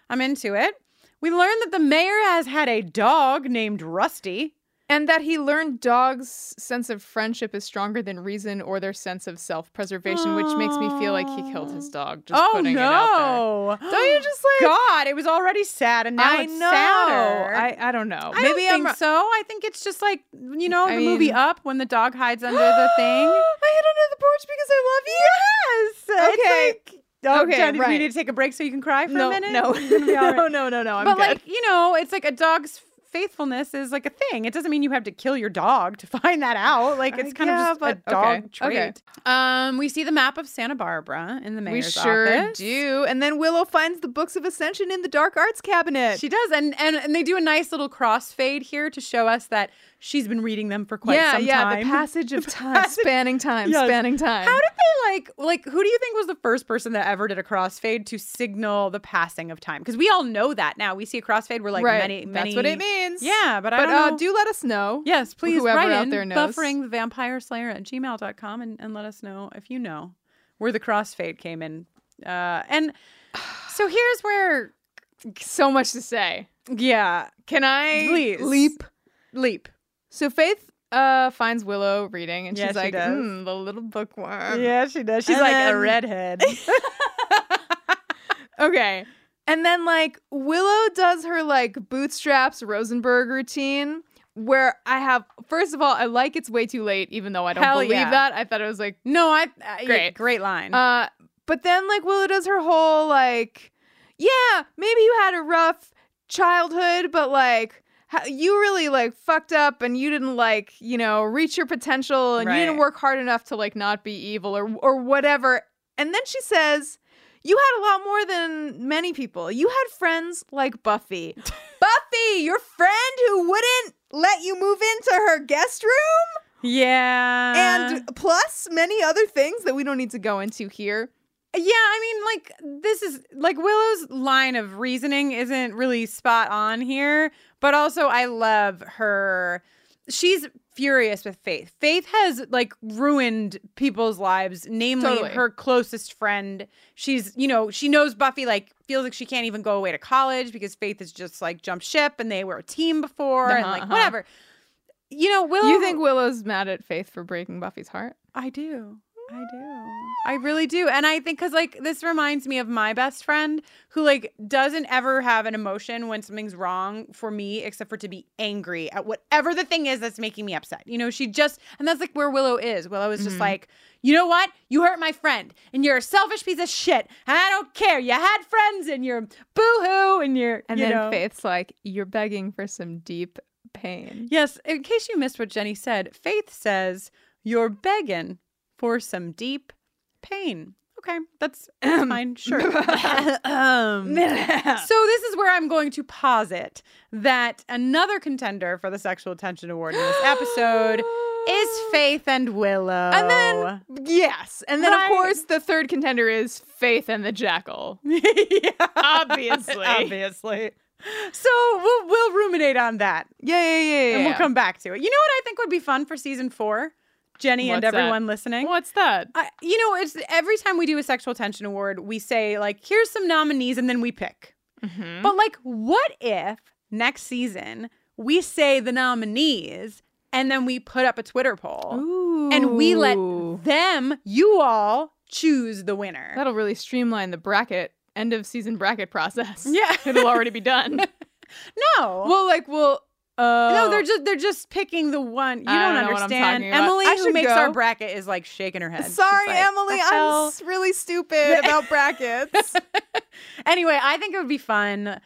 [SPEAKER 2] I'm into it. We learn that the mayor has had a dog named Rusty.
[SPEAKER 1] and that he learned dogs' sense of friendship is stronger than reason or their sense of self-preservation, which makes me feel like he killed his dog. Just
[SPEAKER 2] oh
[SPEAKER 1] putting it out
[SPEAKER 2] no! (gasps)
[SPEAKER 1] there. Don't you just like?
[SPEAKER 2] God, it was already sad, and now
[SPEAKER 1] I
[SPEAKER 2] it's
[SPEAKER 1] know.
[SPEAKER 2] sadder.
[SPEAKER 1] I, I don't know.
[SPEAKER 2] I
[SPEAKER 1] Maybe
[SPEAKER 2] don't think
[SPEAKER 1] I'm
[SPEAKER 2] so. I think it's just like you know
[SPEAKER 1] I
[SPEAKER 2] the movie
[SPEAKER 1] mean-
[SPEAKER 2] Up when the dog hides under (gasps) the thing.
[SPEAKER 1] (gasps) I hid under the porch because I love you.
[SPEAKER 2] Yes.
[SPEAKER 1] Okay.
[SPEAKER 2] It's like, oh,
[SPEAKER 1] Okay,
[SPEAKER 2] Jen, Do
[SPEAKER 1] right.
[SPEAKER 2] we need to take a break so you can cry for
[SPEAKER 1] no,
[SPEAKER 2] a minute? (laughs)
[SPEAKER 1] (laughs) no,
[SPEAKER 2] It's gonna be all right.
[SPEAKER 1] no, no, no, no. I'm
[SPEAKER 2] but
[SPEAKER 1] good.
[SPEAKER 2] like you know it's like a dog's faithfulness is like a thing it doesn't mean you have to kill your dog to (laughs) find that out like it's kind
[SPEAKER 1] Yeah,
[SPEAKER 2] of just
[SPEAKER 1] but-
[SPEAKER 2] a dog
[SPEAKER 1] okay,
[SPEAKER 2] trait
[SPEAKER 1] okay.
[SPEAKER 2] um we see the map of santa barbara in the
[SPEAKER 1] we
[SPEAKER 2] mayor's
[SPEAKER 1] sure
[SPEAKER 2] office.
[SPEAKER 1] do. And then Willow finds the books of ascension in the dark arts cabinet.
[SPEAKER 2] she does and, and and they do a nice little crossfade here to show us that she's been reading them for quite
[SPEAKER 1] yeah,
[SPEAKER 2] some
[SPEAKER 1] yeah,
[SPEAKER 2] time
[SPEAKER 1] (laughs) the passage of time,
[SPEAKER 2] passage-
[SPEAKER 1] spanning time,
[SPEAKER 2] Yes.
[SPEAKER 1] spanning time.
[SPEAKER 2] how did they like like who do you think was the first person that ever did a crossfade to signal the passing of time because we all know that now we see a crossfade we're like
[SPEAKER 1] right,
[SPEAKER 2] many many
[SPEAKER 1] that's what it means.
[SPEAKER 2] yeah but,
[SPEAKER 1] but
[SPEAKER 2] i don't
[SPEAKER 1] uh,
[SPEAKER 2] know.
[SPEAKER 1] do let us know.
[SPEAKER 2] Yes, please
[SPEAKER 1] whoever
[SPEAKER 2] write
[SPEAKER 1] out
[SPEAKER 2] in
[SPEAKER 1] there knows.
[SPEAKER 2] buffering the vampire slayer at gmail.com and, and let us know if you know where the crossfade came in. Uh, and so here's where,
[SPEAKER 1] so much to say.
[SPEAKER 2] yeah,
[SPEAKER 1] Can I
[SPEAKER 2] Please.
[SPEAKER 1] leap?
[SPEAKER 2] leap.
[SPEAKER 1] So Faith uh, finds Willow reading, and
[SPEAKER 2] Yeah,
[SPEAKER 1] she's
[SPEAKER 2] she
[SPEAKER 1] like,
[SPEAKER 2] does.
[SPEAKER 1] "Mm, "The little bookworm."
[SPEAKER 2] Yeah, she does.
[SPEAKER 1] She's like a
[SPEAKER 2] redhead.
[SPEAKER 1] Okay. And then like Willow does her like bootstraps Rosenberg routine where I have first of all I like it's way too late even though I don't
[SPEAKER 2] Hell
[SPEAKER 1] believe
[SPEAKER 2] yeah.
[SPEAKER 1] that. I thought it was like
[SPEAKER 2] (laughs) no, I, I
[SPEAKER 1] Great.
[SPEAKER 2] great, great line.
[SPEAKER 1] uh but then like Willow does her whole like yeah, maybe you had a rough childhood but like ho- you really like fucked up and you didn't like, you know, reach your potential and you didn't
[SPEAKER 2] Right.
[SPEAKER 1] work hard enough to like not be evil or or whatever. And then she says, you had a lot more than many people. You had friends like Buffy. Buffy, your friend who wouldn't let you move into her guest room,
[SPEAKER 2] yeah,
[SPEAKER 1] and plus many other things that we don't need to go into here.
[SPEAKER 2] Yeah, I mean, like, this is like Willow's line of reasoning isn't really spot on here, but also I love her she's furious with Faith. Faith has like ruined people's lives, namely
[SPEAKER 1] Totally.
[SPEAKER 2] her closest friend. She's, you know, she knows Buffy like feels like she can't even go away to college because Faith is just like jumped ship and they were a team before and
[SPEAKER 1] Uh-huh,
[SPEAKER 2] like
[SPEAKER 1] uh-huh.
[SPEAKER 2] whatever. You know,
[SPEAKER 1] (laughs)
[SPEAKER 2] Willow
[SPEAKER 1] You think Willow's mad at Faith for breaking Buffy's heart?
[SPEAKER 2] I do. I do. I really do. And I think because, like, this reminds me of my best friend who, like, doesn't ever have an emotion when something's wrong for me except for to be angry at whatever the thing is that's making me upset. You know, she just, and that's like where Willow is. Willow is
[SPEAKER 1] Mm-hmm.
[SPEAKER 2] just like, you know what? You hurt my friend and you're a selfish piece of shit. And I don't care. You had friends and you're boo hoo and you're,
[SPEAKER 1] And
[SPEAKER 2] you
[SPEAKER 1] then
[SPEAKER 2] know.
[SPEAKER 1] Faith's like, "You're begging for some deep pain."
[SPEAKER 2] Yes, in case you missed what Jenny said, Faith says, You're begging for some deep pain. Okay,
[SPEAKER 1] (clears throat)
[SPEAKER 2] that's, that's
[SPEAKER 1] (laughs)
[SPEAKER 2] fine, sure. Um, so, this is where I'm going to posit that another contender for the Sexual Attention Award in this episode is
[SPEAKER 1] (gasps)
[SPEAKER 2] Faith and Willow.
[SPEAKER 1] And then yes, and then
[SPEAKER 2] Right.
[SPEAKER 1] of course the third contender is Faith and the Jackal.
[SPEAKER 2] (laughs) yeah,
[SPEAKER 1] Obviously.
[SPEAKER 2] Obviously. So, we'll, we'll ruminate on that.
[SPEAKER 1] Yeah, yeah, yeah, yeah.
[SPEAKER 2] And we'll
[SPEAKER 1] yeah.
[SPEAKER 2] come back to it. You know what I think would be fun for season four? Jenny and
[SPEAKER 1] What's that?
[SPEAKER 2] everyone listening.
[SPEAKER 1] What's that?
[SPEAKER 2] I, you know, it's every time we do a sexual tension award, we say like, "Here's some nominees," and then we pick.
[SPEAKER 1] Mm-hmm.
[SPEAKER 2] But like, what if next season we say the nominees and then we put up a Twitter poll and we let
[SPEAKER 1] Ooh.
[SPEAKER 2] them, you all, choose the winner?
[SPEAKER 1] That'll really streamline the bracket end of season bracket process.
[SPEAKER 2] (laughs) Yeah.
[SPEAKER 1] (laughs) it'll already be done.
[SPEAKER 2] no.
[SPEAKER 1] (laughs) well, like, well, uh,
[SPEAKER 2] no, they're just they're just picking the one. You
[SPEAKER 1] I don't
[SPEAKER 2] don't,
[SPEAKER 1] know what I'm
[SPEAKER 2] understand.
[SPEAKER 1] talking about.
[SPEAKER 2] Emily,
[SPEAKER 1] I
[SPEAKER 2] who
[SPEAKER 1] should
[SPEAKER 2] makes our
[SPEAKER 1] go.
[SPEAKER 2] bracket, is like shaking her head. She's
[SPEAKER 1] Sorry,
[SPEAKER 2] like,
[SPEAKER 1] Emily,
[SPEAKER 2] "The
[SPEAKER 1] I'm
[SPEAKER 2] hell?"
[SPEAKER 1] s- really (laughs) stupid about brackets.
[SPEAKER 2] Anyway, I think it would be fun.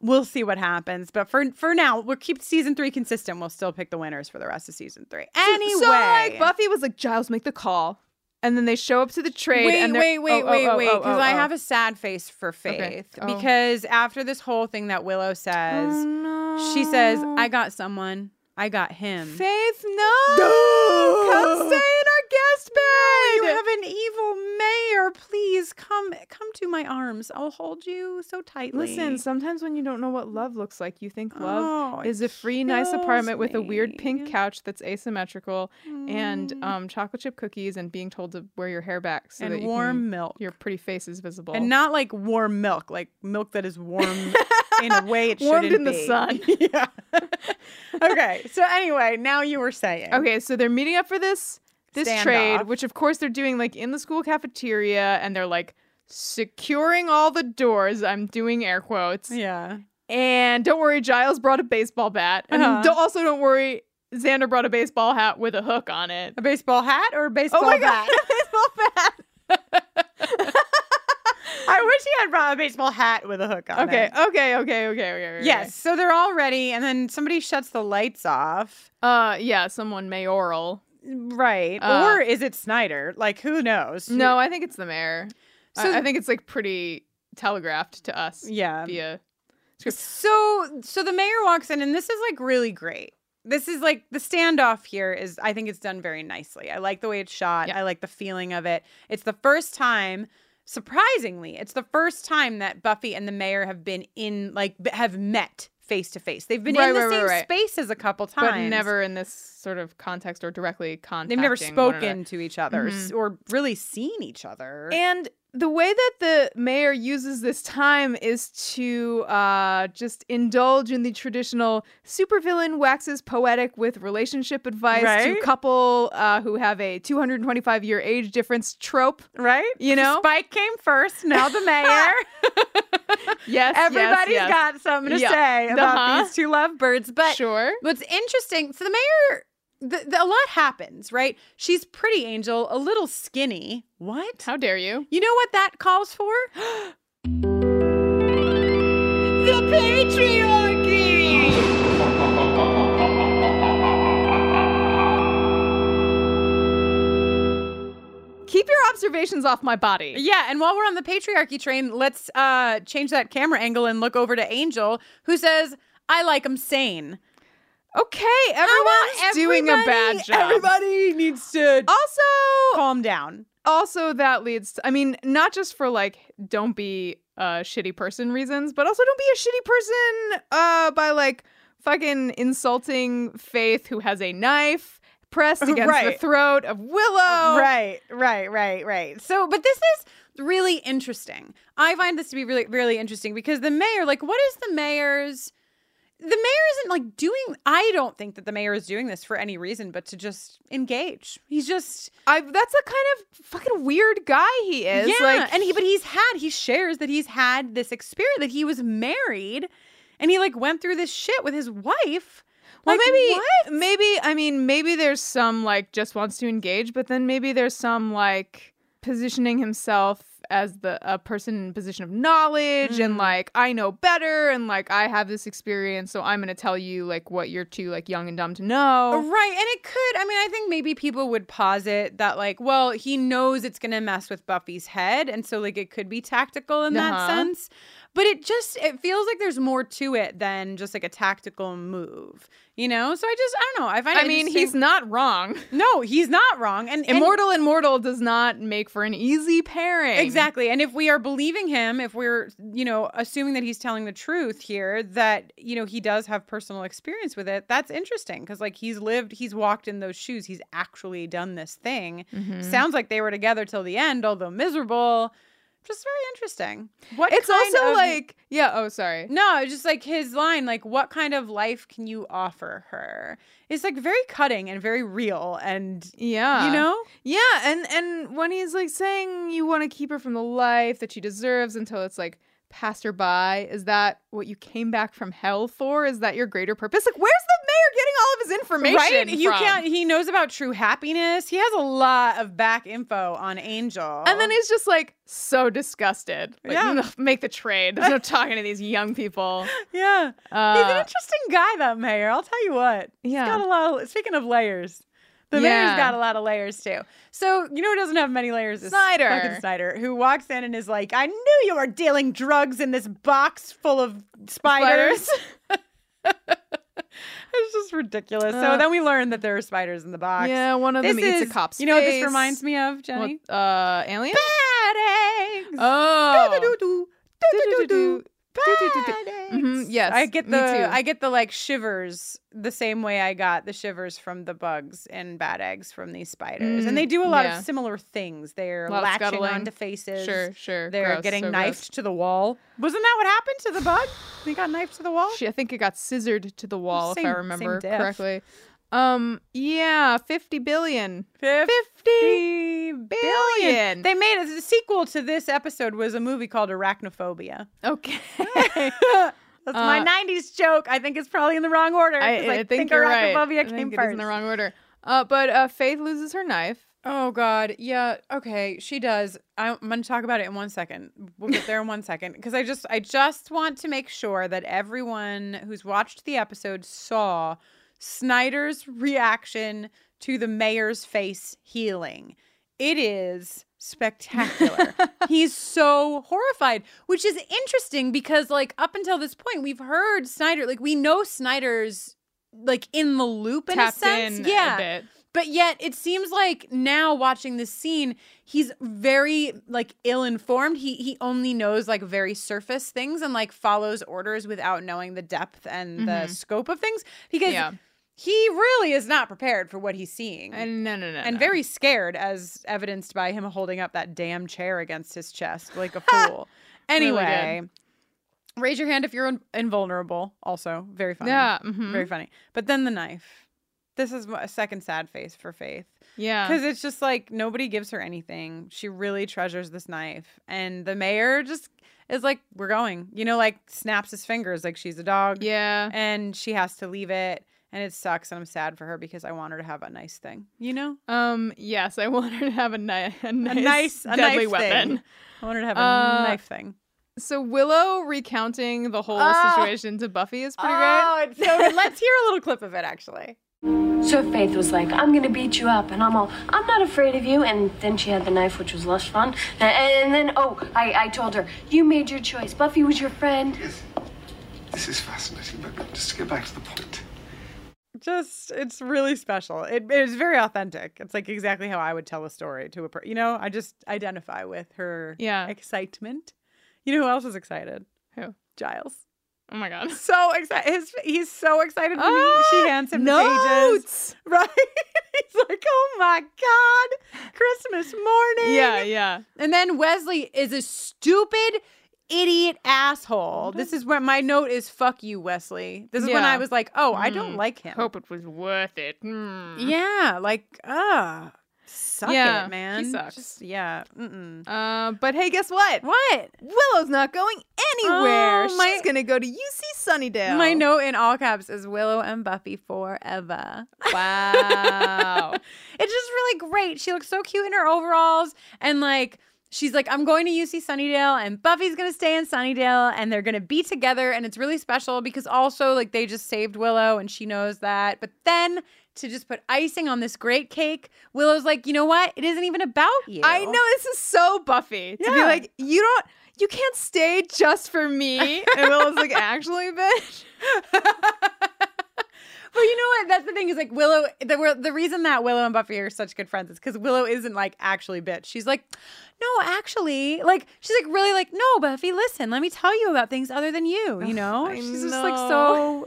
[SPEAKER 2] We'll see what happens, but for for now, we'll keep season three consistent. We'll still pick the winners for the rest of season three. Anyway,
[SPEAKER 1] so like Buffy was like, Giles, make the call, and then they show up to the trade.
[SPEAKER 2] wait,
[SPEAKER 1] and they're-
[SPEAKER 2] wait, wait,
[SPEAKER 1] oh, oh,
[SPEAKER 2] wait,
[SPEAKER 1] oh,
[SPEAKER 2] wait,
[SPEAKER 1] oh,
[SPEAKER 2] because
[SPEAKER 1] oh,
[SPEAKER 2] I
[SPEAKER 1] oh.
[SPEAKER 2] have a sad face for Faith
[SPEAKER 1] Okay. Oh.
[SPEAKER 2] because after this whole thing that Willow says,
[SPEAKER 1] no.
[SPEAKER 2] she says, "I got someone, I got him."
[SPEAKER 1] Um, Faith, no, no! come stay in our guest bed.
[SPEAKER 2] You have an evil mayor. Please come, come to my arms. I'll hold you so tightly.
[SPEAKER 1] Listen, sometimes when you don't know what love looks like, you think
[SPEAKER 2] Oh,
[SPEAKER 1] love
[SPEAKER 2] it
[SPEAKER 1] is a free, nice
[SPEAKER 2] kills
[SPEAKER 1] apartment with a weird
[SPEAKER 2] me.
[SPEAKER 1] pink couch that's asymmetrical and um, chocolate chip cookies and being told to wear your hair back so that
[SPEAKER 2] and
[SPEAKER 1] you
[SPEAKER 2] warm
[SPEAKER 1] can-
[SPEAKER 2] milk.
[SPEAKER 1] your pretty face is visible.
[SPEAKER 2] And not like warm milk, like milk that
[SPEAKER 1] (laughs)
[SPEAKER 2] is warm in a way it
[SPEAKER 1] Warmed
[SPEAKER 2] shouldn't
[SPEAKER 1] in the
[SPEAKER 2] be.
[SPEAKER 1] sun.
[SPEAKER 2] (laughs) yeah. okay. So anyway, now you were saying.
[SPEAKER 1] okay, so they're meeting up for this this
[SPEAKER 2] Standoff.
[SPEAKER 1] trade, which of course they're doing like in the school cafeteria, and they're like securing all the doors. I'm doing air quotes.
[SPEAKER 2] Yeah.
[SPEAKER 1] And don't worry, Giles brought a baseball bat. And
[SPEAKER 2] Uh-huh.
[SPEAKER 1] don't- also, don't worry, Xander brought a baseball hat with a hook on it.
[SPEAKER 2] A baseball hat or a baseball
[SPEAKER 1] Oh my
[SPEAKER 2] bat?
[SPEAKER 1] (laughs) God,
[SPEAKER 2] baseball bat. (laughs) I wish he had brought a baseball hat with a hook on
[SPEAKER 1] Okay,
[SPEAKER 2] it.
[SPEAKER 1] okay, okay, okay, okay, okay. okay.
[SPEAKER 2] Yes. So they're all ready, and then somebody shuts the lights off.
[SPEAKER 1] Uh, yeah, someone mayoral.
[SPEAKER 2] Right.
[SPEAKER 1] Uh,
[SPEAKER 2] or is it Snyder? Like, who knows?
[SPEAKER 1] No, I think it's the mayor.
[SPEAKER 2] So-
[SPEAKER 1] I, I think it's like pretty telegraphed to us
[SPEAKER 2] Yeah.
[SPEAKER 1] via.
[SPEAKER 2] So so the mayor walks in and this is like really great. This is like the standoff here is I think it's done very nicely. I like the way it's shot.
[SPEAKER 1] Yeah.
[SPEAKER 2] I like the feeling of it. It's the first time surprisingly, it's the first time that Buffy and the mayor have been in like b- have met face to face. They've been
[SPEAKER 1] Right,
[SPEAKER 2] in the
[SPEAKER 1] right, right,
[SPEAKER 2] same
[SPEAKER 1] right.
[SPEAKER 2] space as a couple times.
[SPEAKER 1] But never in this sort of context or directly contacting.
[SPEAKER 2] they've never
[SPEAKER 1] one another. Mm-hmm.
[SPEAKER 2] spoken to each other s- or really seen each other.
[SPEAKER 1] And the way that the mayor uses this time is to uh, just indulge in the traditional supervillain waxes poetic with relationship advice
[SPEAKER 2] Right?
[SPEAKER 1] to couple uh, who have a 225 year age difference trope.
[SPEAKER 2] right?
[SPEAKER 1] You know?
[SPEAKER 2] Spike came first, now the
[SPEAKER 1] (laughs)
[SPEAKER 2] mayor.
[SPEAKER 1] Yes,
[SPEAKER 2] Everybody's
[SPEAKER 1] yes, yes.
[SPEAKER 2] got something to
[SPEAKER 1] Yeah.
[SPEAKER 2] say about
[SPEAKER 1] Uh-huh.
[SPEAKER 2] these two lovebirds. But
[SPEAKER 1] sure.
[SPEAKER 2] what's interesting, so the mayor, the, the, a lot happens, right? She's pretty, Angel, a little skinny. What?
[SPEAKER 1] How dare you?
[SPEAKER 2] you know what that calls for? (gasps) the patriarchy!
[SPEAKER 1] Keep your observations off my body.
[SPEAKER 2] Yeah, and while we're on the patriarchy train, let's uh, change that camera angle and look over to Angel, who says, I like 'em sane.
[SPEAKER 1] Okay,
[SPEAKER 2] I
[SPEAKER 1] everyone's
[SPEAKER 2] want
[SPEAKER 1] doing a
[SPEAKER 2] everybody-
[SPEAKER 1] bad job.
[SPEAKER 2] Everybody needs to
[SPEAKER 1] Also,
[SPEAKER 2] calm down.
[SPEAKER 1] also that leads to, I mean, not just for like don't be a shitty person reasons, but also don't be a shitty person uh by like fucking insulting Faith, who has a knife
[SPEAKER 2] (laughs)
[SPEAKER 1] pressed against the
[SPEAKER 2] Right.
[SPEAKER 1] throat of Willow.
[SPEAKER 2] Right, right, right, right. So, but this is really interesting. I find this to be really, really interesting because the mayor, like, what is the mayor's? The mayor isn't like doing. I don't think that the mayor is doing this for any reason but to just engage. He's just
[SPEAKER 1] I, that's the kind of fucking weird guy he is.
[SPEAKER 2] yeah,
[SPEAKER 1] Like,
[SPEAKER 2] and he but he's had he shares that he's had this experience that he was married, and he like went through this shit with his wife.
[SPEAKER 1] well,
[SPEAKER 2] Like,
[SPEAKER 1] maybe,
[SPEAKER 2] what?
[SPEAKER 1] maybe, I mean, maybe there's some like just wants to engage, but then maybe there's some like positioning himself as the a person in position of knowledge
[SPEAKER 2] Mm.
[SPEAKER 1] and like I know better and like I have this experience, so I'm gonna tell you like what you're too like young and dumb to know.
[SPEAKER 2] Right. And it could, I mean, I think maybe people would posit that, like, well, he knows it's going to mess with Buffy's head. And so, like, it could be tactical in
[SPEAKER 1] Uh-huh.
[SPEAKER 2] that sense. But it just, it feels like there's more to it than just like a tactical move, you know? So I just, I don't know. I find
[SPEAKER 1] I mean, he's
[SPEAKER 2] not,
[SPEAKER 1] not wrong.
[SPEAKER 2] no, he's not wrong. (laughs) And, and
[SPEAKER 1] Immortal and mortal does not make for an easy pairing.
[SPEAKER 2] Exactly. And if we are believing him, if we're, you know, assuming that he's telling the truth here, that, you know, he does have personal experience with it, that's interesting because, like, he's lived, he's walked in those shoes, he's actually done this thing.
[SPEAKER 1] Mm-hmm.
[SPEAKER 2] Sounds like they were together till the end, although miserable. Just very interesting. What
[SPEAKER 1] It's
[SPEAKER 2] kind
[SPEAKER 1] also
[SPEAKER 2] of-
[SPEAKER 1] like, yeah, oh, sorry.
[SPEAKER 2] no, it's just like his line, like, what kind of life can you offer her? It's like very cutting and very real. And,
[SPEAKER 1] Yeah.
[SPEAKER 2] you know?
[SPEAKER 1] Yeah, and and when he's like saying you want to keep her from the life that she deserves until it's like passed her by, is that what you came back from hell for? Is that your greater purpose? Like, where's the mayor getting all of his information?
[SPEAKER 2] Right? You
[SPEAKER 1] from?
[SPEAKER 2] can't. He knows about true happiness. He has a lot of back info on Angel.
[SPEAKER 1] And then he's just like so disgusted. Like,
[SPEAKER 2] Yeah.
[SPEAKER 1] "Ugh, make the trade.
[SPEAKER 2] (laughs)
[SPEAKER 1] There's no talking to these young people.
[SPEAKER 2] yeah, he's an
[SPEAKER 1] Uh,
[SPEAKER 2] interesting guy, that mayor. I'll tell you what.
[SPEAKER 1] Yeah.
[SPEAKER 2] he's got a lot. Of, speaking of layers, the
[SPEAKER 1] Yeah.
[SPEAKER 2] mayor's got a lot of layers too. So you know who doesn't have many layers? Is
[SPEAKER 1] Snyder.
[SPEAKER 2] fucking Snyder, who walks in and is like, "I knew you were dealing drugs in this box full of spiders." (laughs) it's just ridiculous.
[SPEAKER 1] Uh,
[SPEAKER 2] so then we learn that there are spiders in the box.
[SPEAKER 1] yeah, one of
[SPEAKER 2] This
[SPEAKER 1] them eats
[SPEAKER 2] is-
[SPEAKER 1] a cop's
[SPEAKER 2] You know what this
[SPEAKER 1] face.
[SPEAKER 2] reminds me of, Jenny?
[SPEAKER 1] What, uh, alien?
[SPEAKER 2] Bad eggs.
[SPEAKER 1] Oh.
[SPEAKER 2] Do-do-do-do.
[SPEAKER 1] Do-do-do-do. Do-do-do-do.
[SPEAKER 2] Do-do-do-do. Bad
[SPEAKER 1] Mhm,
[SPEAKER 2] eggs.
[SPEAKER 1] Oh. yes,
[SPEAKER 2] I get
[SPEAKER 1] me
[SPEAKER 2] the
[SPEAKER 1] too.
[SPEAKER 2] I get the like shivers the same way I got the shivers from the bugs and bad eggs from these spiders.
[SPEAKER 1] Mm,
[SPEAKER 2] and they do a lot
[SPEAKER 1] yeah.
[SPEAKER 2] of similar things. They're
[SPEAKER 1] A lot of
[SPEAKER 2] latching
[SPEAKER 1] scuttling.
[SPEAKER 2] onto faces.
[SPEAKER 1] Sure, sure.
[SPEAKER 2] They're
[SPEAKER 1] Gross,
[SPEAKER 2] getting
[SPEAKER 1] so gross.
[SPEAKER 2] knifed to the wall. Wasn't that what happened to the bug? They got knifed to the wall?
[SPEAKER 1] She, I think it got scissored to the wall, if I
[SPEAKER 2] Oh. Same- same
[SPEAKER 1] remember
[SPEAKER 2] diff.
[SPEAKER 1] correctly. Um, yeah, fifty billion.
[SPEAKER 2] 50
[SPEAKER 1] billion.
[SPEAKER 2] They made a the sequel to this episode was a movie called Arachnophobia. (laughs)
[SPEAKER 1] Okay,
[SPEAKER 2] That's my
[SPEAKER 1] Uh,
[SPEAKER 2] '90s joke. I think it's probably in the wrong order.
[SPEAKER 1] I,
[SPEAKER 2] 'cause
[SPEAKER 1] I think, you're right.
[SPEAKER 2] Arachnophobia
[SPEAKER 1] I
[SPEAKER 2] came
[SPEAKER 1] think it
[SPEAKER 2] first.
[SPEAKER 1] is in the wrong order. Uh, but uh, Faith loses her knife.
[SPEAKER 2] Oh God, yeah. Okay, she does. I, I'm going to talk about it in one second. We'll get there in one second because I just, I just want to make sure that everyone who's watched the episode saw Snyder's reaction to the mayor's face healing. It is
[SPEAKER 1] (laughs)
[SPEAKER 2] spectacular. He's so horrified, which is interesting because, like, up until this point, we've heard Snyder, like, we know Snyder's like in the loop in
[SPEAKER 1] Tapped
[SPEAKER 2] a sense,
[SPEAKER 1] in
[SPEAKER 2] yeah.
[SPEAKER 1] a bit.
[SPEAKER 2] But yet it seems like now watching this scene, he's very like ill-informed. He he only knows like very surface things and like follows orders without knowing the depth and the scope of things because
[SPEAKER 1] Mm-hmm. Yeah.
[SPEAKER 2] he really is not prepared for what he's seeing.
[SPEAKER 1] And no, no, no,
[SPEAKER 2] and
[SPEAKER 1] no.
[SPEAKER 2] very scared as evidenced by him holding up that damn chair against his
[SPEAKER 1] (laughs)
[SPEAKER 2] chest like a fool.
[SPEAKER 1] Really good.
[SPEAKER 2] anyway, raise your hand if you're in- invulnerable. Also, very funny.
[SPEAKER 1] yeah, mhm.
[SPEAKER 2] Very funny. But then the knife. This is a second sad face for Faith.
[SPEAKER 1] yeah.
[SPEAKER 2] Because it's just like nobody gives her anything. She really treasures this knife. And the mayor just is like, we're going. You know, like snaps his fingers like she's a dog.
[SPEAKER 1] Yeah.
[SPEAKER 2] And she has to leave it. And it sucks. And I'm sad for her because I want her to have a nice thing. You (laughs) know?
[SPEAKER 1] Um. Yes, I (laughs) want her to have a, ni- a
[SPEAKER 2] A
[SPEAKER 1] nice,
[SPEAKER 2] nice, a
[SPEAKER 1] deadly
[SPEAKER 2] knife
[SPEAKER 1] weapon.
[SPEAKER 2] Thing. I want her to have a
[SPEAKER 1] Uh,
[SPEAKER 2] knife thing.
[SPEAKER 1] So Willow recounting the whole
[SPEAKER 2] Oh.
[SPEAKER 1] situation to Buffy is pretty great.
[SPEAKER 2] Oh, it's so (laughs) good. Let's hear a little clip of it, actually.
[SPEAKER 5] So Faith was like, I'm gonna beat you up, and I'm all, I'm not afraid of you. And then she had the knife, which was less fun. And, and then, oh, I, I told her, you made your choice. Buffy was your friend.
[SPEAKER 6] Yes. This is fascinating, but just to get back to the point.
[SPEAKER 2] just it's really special. It it is very authentic. It's like exactly how I would tell a story to a person. You know, I just identify with her
[SPEAKER 1] Yeah.
[SPEAKER 2] excitement. You know who else was excited?
[SPEAKER 1] Who?
[SPEAKER 2] Giles. (laughs)
[SPEAKER 7] Oh my god.
[SPEAKER 2] So excited. He's so excited when he,
[SPEAKER 1] Ah,
[SPEAKER 2] she hands him the pages. (laughs)
[SPEAKER 1] Notes.
[SPEAKER 2] Right? He's like, oh my God, Christmas morning.
[SPEAKER 7] Yeah, yeah.
[SPEAKER 2] And then Wesley is a stupid idiot asshole. This is where my note is fuck you, Wesley. This is when
[SPEAKER 7] Yeah.
[SPEAKER 2] I was like, oh, I don't like him.
[SPEAKER 7] Hope it was worth it. Hmm.
[SPEAKER 1] Mm-hmm.
[SPEAKER 2] Yeah, like, uh suck
[SPEAKER 7] Yeah,
[SPEAKER 2] it,
[SPEAKER 7] he
[SPEAKER 2] man.
[SPEAKER 7] sucks.
[SPEAKER 2] Just- yeah. Mm-mm.
[SPEAKER 7] Uh, but
[SPEAKER 1] But hey, guess what?
[SPEAKER 2] What?
[SPEAKER 1] Willow's not going anywhere.
[SPEAKER 2] Oh, my-
[SPEAKER 1] She's gonna go to UC Sunnydale. (laughs)
[SPEAKER 2] My note in all caps is Willow and Buffy forever.
[SPEAKER 7] wow.
[SPEAKER 2] It's just really great. She looks so cute in her overalls and like she's like I'm going to UC Sunnydale and Buffy's going to stay in Sunnydale and they're going to be together and it's really special because also like they just saved Willow and she knows that. But then to just put icing on this great cake, Willow's like, "You know what? It isn't even about you."
[SPEAKER 1] I know this is so Buffy to be
[SPEAKER 2] Yeah.
[SPEAKER 1] like, you don't, you can't stay just for me.
[SPEAKER 7] (laughs)
[SPEAKER 1] And Willow's like, actually, bitch.
[SPEAKER 2] But you know what? That's the thing is like Willow. The, we're- the reason that Willow and Buffy are such good friends is because Willow isn't like actually bitch. She's like, no, actually, like she's like really like no, Buffy. Listen, let me tell you about things other than you. You know,
[SPEAKER 1] I
[SPEAKER 2] she's just like
[SPEAKER 1] know.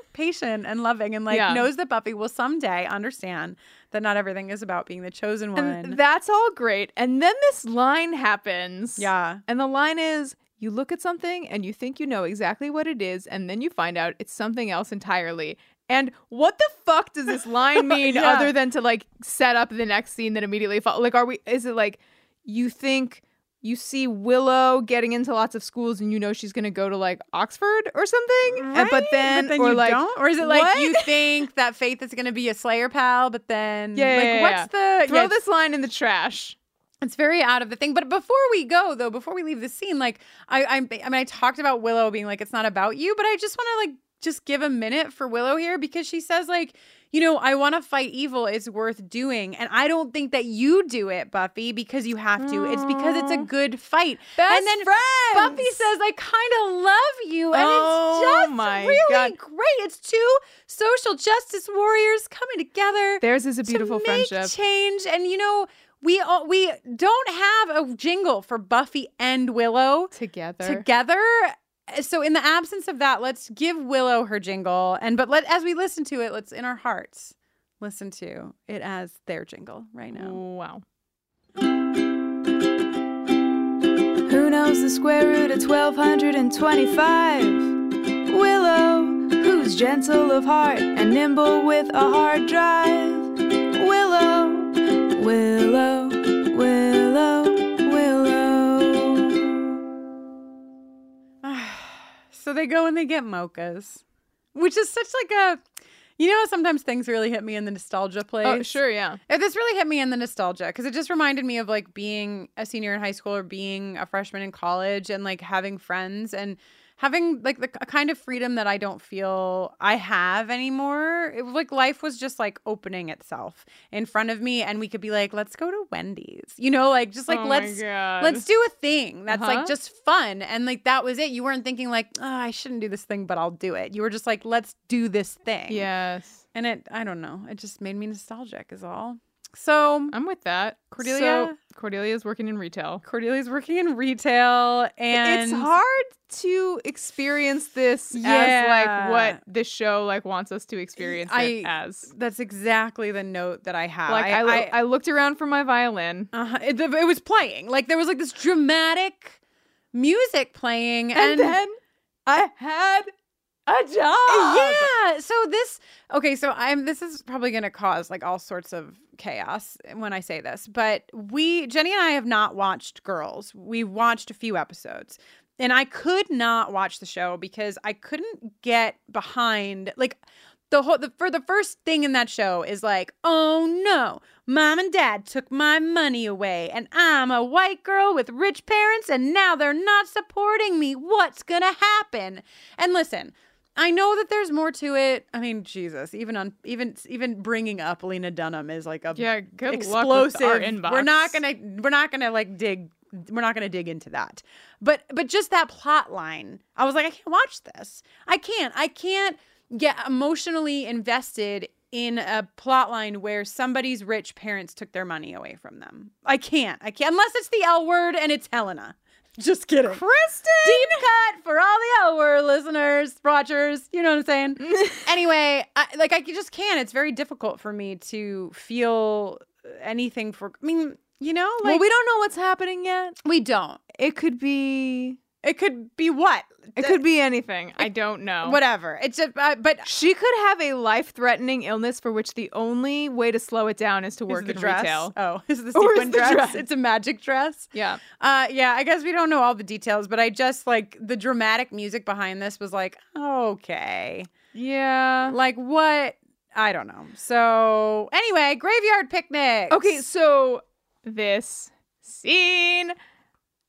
[SPEAKER 2] so patient and loving and like
[SPEAKER 7] Yeah.
[SPEAKER 2] knows that Buffy will someday understand that not everything is about being the chosen one.
[SPEAKER 1] And that's all great. And then this line happens.
[SPEAKER 2] yeah,
[SPEAKER 1] And the line is, you look at something and you think you know exactly what it is, and then you find out it's something else entirely. And what the fuck does
[SPEAKER 2] (laughs)
[SPEAKER 1] this line mean
[SPEAKER 2] Yeah.
[SPEAKER 1] other than to like set up the next scene that immediately follows? Like, are we, is it like you think you see Willow getting into lots of schools and you know she's going to go to like Oxford or something? And, but
[SPEAKER 2] Right?
[SPEAKER 1] then, or
[SPEAKER 2] you
[SPEAKER 1] like,
[SPEAKER 2] don't? or is it like
[SPEAKER 1] what?
[SPEAKER 2] you think that Faith is gonna be a Slayer pal, but then
[SPEAKER 1] Yeah,
[SPEAKER 2] like
[SPEAKER 1] yeah, yeah,
[SPEAKER 2] what's the
[SPEAKER 1] throw
[SPEAKER 2] yeah,
[SPEAKER 1] this line in the trash?
[SPEAKER 2] It's very out of the thing. But before we go, though, before we leave the scene, like I, I, I mean, I talked about Willow being like, it's not about you, but I just want to like just give a minute for Willow here because she says like, you know, I want to fight evil. It's worth doing, and I don't think that you do it, Buffy, because you have to. It's because it's a good fight.
[SPEAKER 1] Best
[SPEAKER 2] and then
[SPEAKER 1] friends!
[SPEAKER 2] Buffy says, "I kind of love you," and
[SPEAKER 1] Oh
[SPEAKER 2] it's just
[SPEAKER 1] my
[SPEAKER 2] really
[SPEAKER 1] God.
[SPEAKER 2] great. It's two social justice warriors coming together
[SPEAKER 1] Theirs is a
[SPEAKER 2] to
[SPEAKER 1] beautiful
[SPEAKER 2] make
[SPEAKER 1] friendship.
[SPEAKER 2] Change, and you know, we all, we don't have a jingle for Buffy and Willow
[SPEAKER 1] Together.
[SPEAKER 2] together. So, in the absence of that, let's give Willow her jingle, and but let as we listen to it, let's in our hearts listen to it as their jingle right now.
[SPEAKER 7] wow.
[SPEAKER 1] Who knows the square root of 1225? Willow, who's gentle of heart and nimble with a hard drive. Willow, Willow, Willow, Willow.
[SPEAKER 2] So they go and they get mochas, which is such like a, you know, how sometimes things really hit me in the nostalgia place.
[SPEAKER 7] Oh, sure, yeah.
[SPEAKER 2] Uh, This really hit me in the nostalgia because it just reminded me of like being a senior in high school or being a freshman in college and like having friends and having like the, a kind of freedom that I don't feel I have anymore. It was like life was just like opening itself in front of me and we could be like, let's go to Wendy's, you know, like just like
[SPEAKER 7] Oh my
[SPEAKER 2] let's
[SPEAKER 7] God.
[SPEAKER 2] let's do a thing that's
[SPEAKER 7] Uh-huh.
[SPEAKER 2] like just fun and like that was it. You weren't thinking like, oh, I shouldn't do this thing, but I'll do it. You were just like, let's do this thing.
[SPEAKER 7] Yes.
[SPEAKER 2] And it, I don't know, it just made me nostalgic, is all. So
[SPEAKER 7] I'm with that.
[SPEAKER 2] Cordelia?
[SPEAKER 7] So, Cordelia's working in retail.
[SPEAKER 2] Cordelia's working in retail, and
[SPEAKER 1] it's hard to experience this
[SPEAKER 2] Yeah.
[SPEAKER 7] As like what this show like wants us to experience it
[SPEAKER 2] I-
[SPEAKER 7] as.
[SPEAKER 2] That's exactly the note that I have.
[SPEAKER 7] Like I, lo- I, looked around for my violin.
[SPEAKER 2] uh it, it was playing. Like there was like this dramatic music playing, and,
[SPEAKER 1] And then I had a job.
[SPEAKER 2] yeah. So this okay. So I'm. This is probably going to cause like all sorts of chaos when I say this, but we Jenny and I have not watched Girls. We watched a few episodes. And I could not watch the show because I couldn't get behind like the whole the, for the first thing in that show is like, oh no, mom and dad took my money away, and I'm a white girl with rich parents, and now they're not supporting me. What's gonna happen? And listen, I know that there's more to it. I mean, Jesus, even on even even bringing up Lena Dunham is like a
[SPEAKER 7] Yeah, good
[SPEAKER 2] explosive.
[SPEAKER 7] luck with our inbox.
[SPEAKER 2] We're not gonna we're not gonna like dig we're not gonna dig into that. But but just that plot line, I was like, I can't watch this. I can't. I can't get emotionally invested in a plot line where somebody's rich parents took their money away from them. I can't. I can't unless it's the L word and it's Helena. (laughs) Just kidding.
[SPEAKER 1] Kristen!
[SPEAKER 2] Deep cut for all the L word listeners, watchers. You know what I'm
[SPEAKER 1] (laughs)
[SPEAKER 2] saying? anyway, I, like I just can't. It's very difficult for me to feel anything for. I mean, you know, like
[SPEAKER 1] well, we don't know what's happening yet.
[SPEAKER 2] we don't.
[SPEAKER 1] It could be.
[SPEAKER 2] It could be what?
[SPEAKER 1] It
[SPEAKER 2] (laughs)
[SPEAKER 1] could be anything.
[SPEAKER 7] I don't know.
[SPEAKER 2] whatever. It's just, uh, but
[SPEAKER 1] She could have a life-threatening illness for which the only way to slow it down is to
[SPEAKER 2] Is
[SPEAKER 1] work
[SPEAKER 2] the
[SPEAKER 1] in
[SPEAKER 2] dress?
[SPEAKER 1] retail.
[SPEAKER 2] Oh, (laughs) is the
[SPEAKER 1] (laughs) Or is
[SPEAKER 2] sequin
[SPEAKER 1] the
[SPEAKER 2] dress?
[SPEAKER 1] dress?
[SPEAKER 2] It's a magic dress.
[SPEAKER 7] Yeah.
[SPEAKER 2] Uh, yeah. I guess we don't know all the details, but I just like the dramatic music behind this was like, okay,
[SPEAKER 7] Yeah.
[SPEAKER 2] like what? I don't know. So anyway, graveyard picnic.
[SPEAKER 1] Okay, so this scene,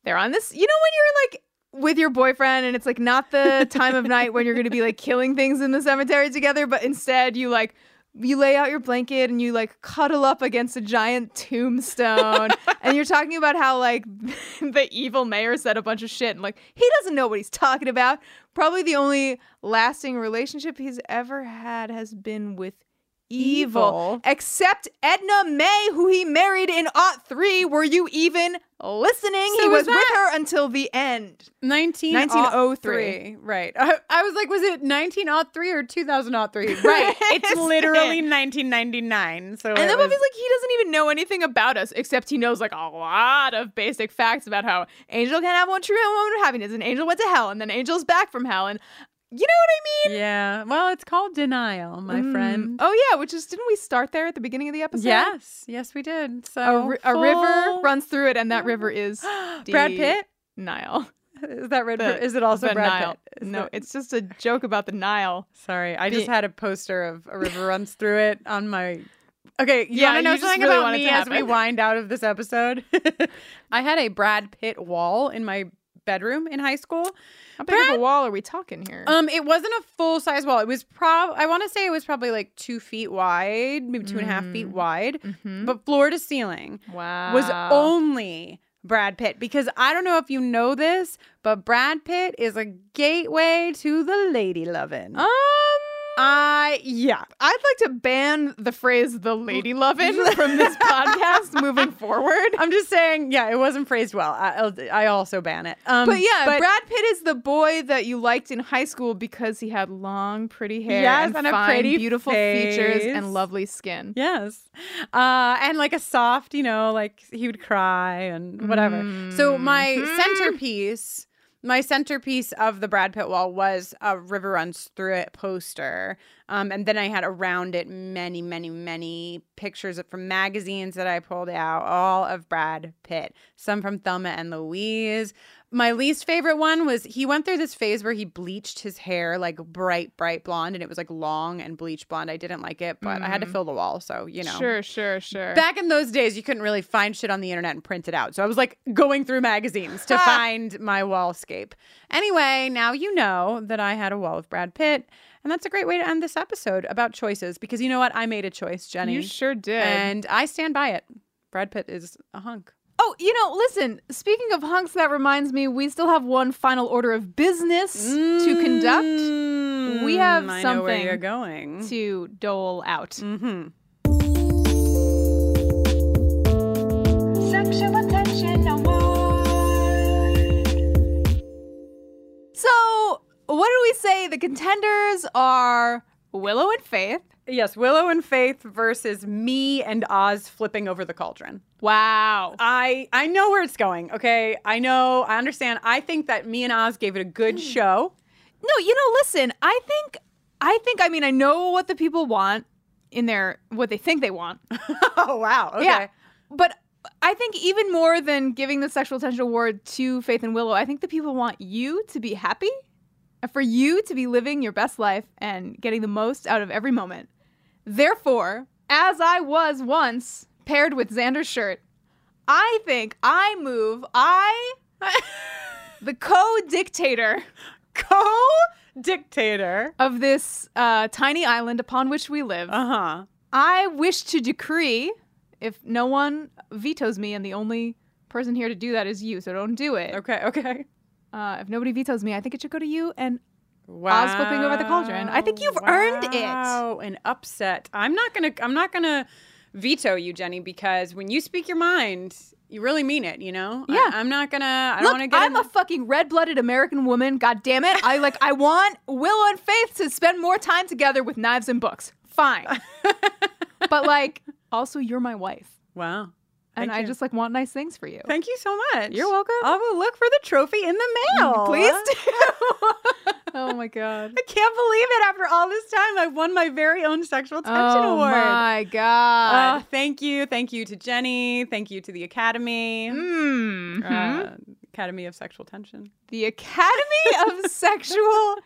[SPEAKER 1] they're on this. You know when you're like with your boyfriend and it's like not the time of night when you're going to be like killing things in the cemetery together, but instead you like you lay out your blanket and you like cuddle up against a giant
[SPEAKER 2] (laughs)
[SPEAKER 1] tombstone and you're talking about how like (laughs) the evil mayor said a bunch of shit and like he doesn't know what he's talking about. Probably the only lasting relationship he's ever had has been with
[SPEAKER 2] Evil.
[SPEAKER 1] evil, except Edna May, who he married in Aught 3. Were you even listening?
[SPEAKER 2] So
[SPEAKER 1] he
[SPEAKER 2] was
[SPEAKER 1] was
[SPEAKER 2] that-
[SPEAKER 1] with her until the end.
[SPEAKER 2] 19
[SPEAKER 1] 1903.
[SPEAKER 2] Right. (laughs) I, I was like, was it 1903
[SPEAKER 1] (laughs)
[SPEAKER 2] or 2003? Right. It's literally 1999. So
[SPEAKER 1] And
[SPEAKER 2] it
[SPEAKER 1] the
[SPEAKER 2] was-
[SPEAKER 1] movie's like, he doesn't even know anything about us, except he knows like a lot of basic facts about how Angel can have one true woman of happiness, and Angel went to hell, and then Angel's back from hell, and you know what I mean?
[SPEAKER 2] yeah. Well, it's called denial, my friend.
[SPEAKER 1] Oh yeah, which is didn't we start there at the beginning of the episode?
[SPEAKER 2] Yes, yes, we did. So
[SPEAKER 1] A, ri- a river
[SPEAKER 2] Oh, full-
[SPEAKER 1] runs through it, and that
[SPEAKER 2] (gasps)
[SPEAKER 1] river is
[SPEAKER 2] Brad
[SPEAKER 1] the
[SPEAKER 2] Pitt
[SPEAKER 1] Nile.
[SPEAKER 2] is that Red?
[SPEAKER 1] the-
[SPEAKER 2] is it also
[SPEAKER 1] the
[SPEAKER 2] Brad
[SPEAKER 1] Nile.
[SPEAKER 2] Pitt? Is
[SPEAKER 1] no,
[SPEAKER 2] that-
[SPEAKER 1] it's just a joke about the Nile.
[SPEAKER 2] sorry. I just
[SPEAKER 1] the-
[SPEAKER 2] had a poster of a river runs through it on my. Okay, you
[SPEAKER 7] Yeah,
[SPEAKER 2] want to know
[SPEAKER 7] you just
[SPEAKER 2] something
[SPEAKER 7] really
[SPEAKER 2] about
[SPEAKER 7] want it
[SPEAKER 2] me
[SPEAKER 7] to
[SPEAKER 2] as we
[SPEAKER 7] happen.
[SPEAKER 2] wind out of this episode? (laughs) I had a Brad Pitt wall in my bedroom in high school.
[SPEAKER 1] How big of a wall are we talking here?
[SPEAKER 2] Um, it wasn't a full size wall. It was prob. I want to say it was probably like two feet wide, maybe two and a half feet wide,
[SPEAKER 1] Mm-hmm.
[SPEAKER 2] but floor to ceiling.
[SPEAKER 7] Wow.
[SPEAKER 2] was only Brad Pitt because I don't know if you know this, but Brad Pitt is a gateway to the lady loving.
[SPEAKER 1] um,
[SPEAKER 2] I yeah.
[SPEAKER 1] I'd like to ban the phrase "the lady (laughs) lovin' from this podcast moving forward.
[SPEAKER 2] I'm just saying, yeah, it wasn't phrased well. I, I'll- I also ban it.
[SPEAKER 1] (laughs)
[SPEAKER 2] Um,
[SPEAKER 1] But yeah, Brad Pitt is the boy that you liked in high school because he had long, pretty hair
[SPEAKER 2] Yes,
[SPEAKER 1] and,
[SPEAKER 2] and a
[SPEAKER 1] fine,
[SPEAKER 2] pretty
[SPEAKER 1] beautiful features
[SPEAKER 2] face.
[SPEAKER 1] and lovely skin.
[SPEAKER 2] Yes. Uh, and like a soft, you know, like he would cry and whatever. So my
[SPEAKER 1] Mm-hmm.
[SPEAKER 2] centerpiece, my centerpiece of the Brad Pitt wall was a River Runs Through It poster. Um, and then I had around it many, many, many pictures from magazines that I pulled out, all of Brad Pitt, some from Thelma and Louise. My least favorite one was he went through this phase where he bleached his hair like bright, bright blonde, and it was like long and bleach blonde. I didn't like it, but I had to fill the wall, so you know.
[SPEAKER 7] Sure, sure, sure.
[SPEAKER 2] Back in those days, you couldn't really find shit on the internet and print it out. So I was like going through magazines (laughs) to find my wallscape. Anyway, now you know that I had a wall of Brad Pitt. And that's a great way to end this episode about choices because you know what? I made a choice, Jenny.
[SPEAKER 7] you sure did.
[SPEAKER 2] And I stand by it. Brad Pitt is a hunk.
[SPEAKER 1] Oh, you know, listen, speaking of hunks, that reminds me we still have one final order of business to conduct We have
[SPEAKER 2] Mm, I know where
[SPEAKER 1] something
[SPEAKER 2] you're going.
[SPEAKER 1] to dole out.
[SPEAKER 2] Mm-hmm.
[SPEAKER 3] Sexual attention award.
[SPEAKER 1] So, what do we say? The contenders are Willow and Faith.
[SPEAKER 2] Yes, Willow and Faith versus me and Oz flipping over the cauldron.
[SPEAKER 1] Wow.
[SPEAKER 2] I I know where it's going. Okay, I know. I understand. I think that me and Oz gave it a good show. (laughs)
[SPEAKER 1] No, you know, listen, I think I think I mean I know what the people want in their what they think they want.
[SPEAKER 2] (laughs) Oh wow.
[SPEAKER 1] (laughs)
[SPEAKER 2] Okay.
[SPEAKER 1] Yeah. But I think even more than giving the sexual attention award to Faith and Willow, I think the people want you to be happy, and for you to be living your best life and getting the most out of every moment. Therefore, as I was once paired with Xander's shirt, I think I move
[SPEAKER 2] (laughs)
[SPEAKER 1] I the co-dictator
[SPEAKER 2] Co-dictator.
[SPEAKER 1] of this uh, tiny island upon which we live.
[SPEAKER 2] Uh huh.
[SPEAKER 1] I wish to decree, if no one vetoes me, and the only person here to do that is you, so don't do it.
[SPEAKER 2] Okay. Okay.
[SPEAKER 1] Uh, if nobody vetoes me, I think it should go to you. And
[SPEAKER 2] Wow.
[SPEAKER 1] flipping over the cauldron. I think you've earned it.
[SPEAKER 2] Wow, an upset. I'm not gonna. I'm not gonna veto you, Jenny, because when you speak your mind, you really mean it, you know?
[SPEAKER 1] Yeah.
[SPEAKER 2] I, am not gonna. I don't
[SPEAKER 1] Look,
[SPEAKER 2] want to get.
[SPEAKER 1] I'm
[SPEAKER 2] in-
[SPEAKER 1] a fucking red-blooded American woman. God damn it! I like. I want Willow and Faith to spend more time together with knives and books. (laughs) Fine, but like, also you're my wife,
[SPEAKER 2] wow.
[SPEAKER 1] and
[SPEAKER 2] Thank
[SPEAKER 1] I
[SPEAKER 2] you.
[SPEAKER 1] just like want nice things for you.
[SPEAKER 2] Thank you so much.
[SPEAKER 1] You're welcome.
[SPEAKER 2] I will look for the trophy in the mail.
[SPEAKER 1] Please
[SPEAKER 2] (laughs)
[SPEAKER 1] do. oh my god.
[SPEAKER 2] I can't believe it. After all this time, I won my very own sexual tension
[SPEAKER 1] Oh
[SPEAKER 2] award.
[SPEAKER 1] my god.
[SPEAKER 2] Oh, thank you. Thank you to Jenny. Thank you to the Academy.
[SPEAKER 1] Hmm.
[SPEAKER 2] Uh, Academy of Sexual Tension.
[SPEAKER 1] the Academy
[SPEAKER 2] (laughs)
[SPEAKER 1] of Sexual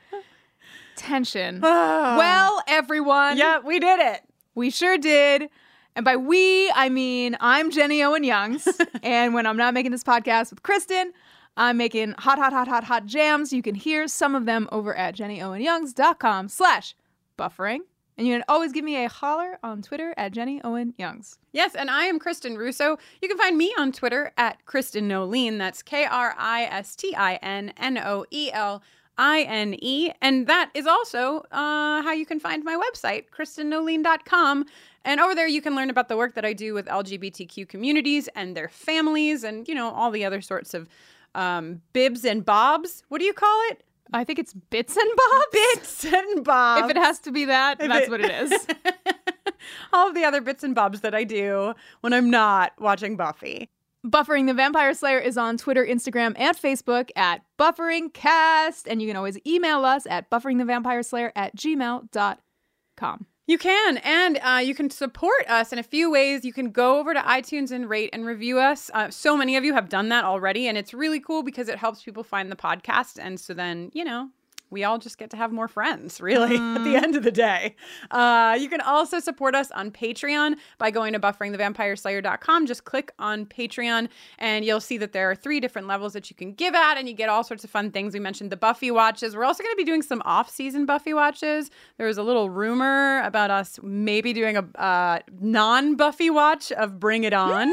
[SPEAKER 1] Tension. (sighs)
[SPEAKER 2] Uh,
[SPEAKER 1] well, everyone.
[SPEAKER 2] Yep, we did it.
[SPEAKER 1] We sure did. And by we, I mean I'm Jenny Owen
[SPEAKER 2] (laughs)
[SPEAKER 1] Youngs. and when I'm not making this podcast with Kristen, I'm making hot, hot, hot, hot, hot jams. You can hear some of them over at jennyowenyoungs.com slash buffering. And you can always give me a holler on Twitter at Jenny Owen Youngs.
[SPEAKER 2] Yes, and I am Kristen Russo. You can find me on Twitter at Kristen Nolene. That's K R I S T I N N O E L I N E. And that is also uh, how you can find my website, kristennolene.com. And over there, you can learn about the work that I do with LGBTQ communities and their families and, you know, all the other sorts of um, bibs and bobs. What do you call it?
[SPEAKER 1] I think it's Bits and Bobs.
[SPEAKER 2] Bits and bobs.
[SPEAKER 1] If it has to be that, that's
[SPEAKER 2] it-
[SPEAKER 1] what it is.
[SPEAKER 2] (laughs) all of the other bits and bobs that I do when I'm not watching Buffy.
[SPEAKER 1] Buffering the Vampire Slayer is on Twitter, Instagram, and Facebook at BufferingCast. And you can always email us at bufferingthevampireslayer at gmail.com.
[SPEAKER 2] You can, and uh, you can support us in a few ways. You can go over to iTunes and rate and review us. Uh, so many of you have done that already, and it's really cool because it helps people find the podcast. And so then, you know, we all just get to have more friends, (laughs) really, at the end of the day. Uh, you can also support us on Patreon by going to bufferingthevampireslayer.com. Just click on Patreon, and you'll see that there are three different levels that you can give at, and you get all sorts of fun things. We mentioned the Buffy watches. We're also going to be doing some off-season Buffy watches. There was a little rumor about us maybe doing a uh, non-Buffy watch of Bring It On.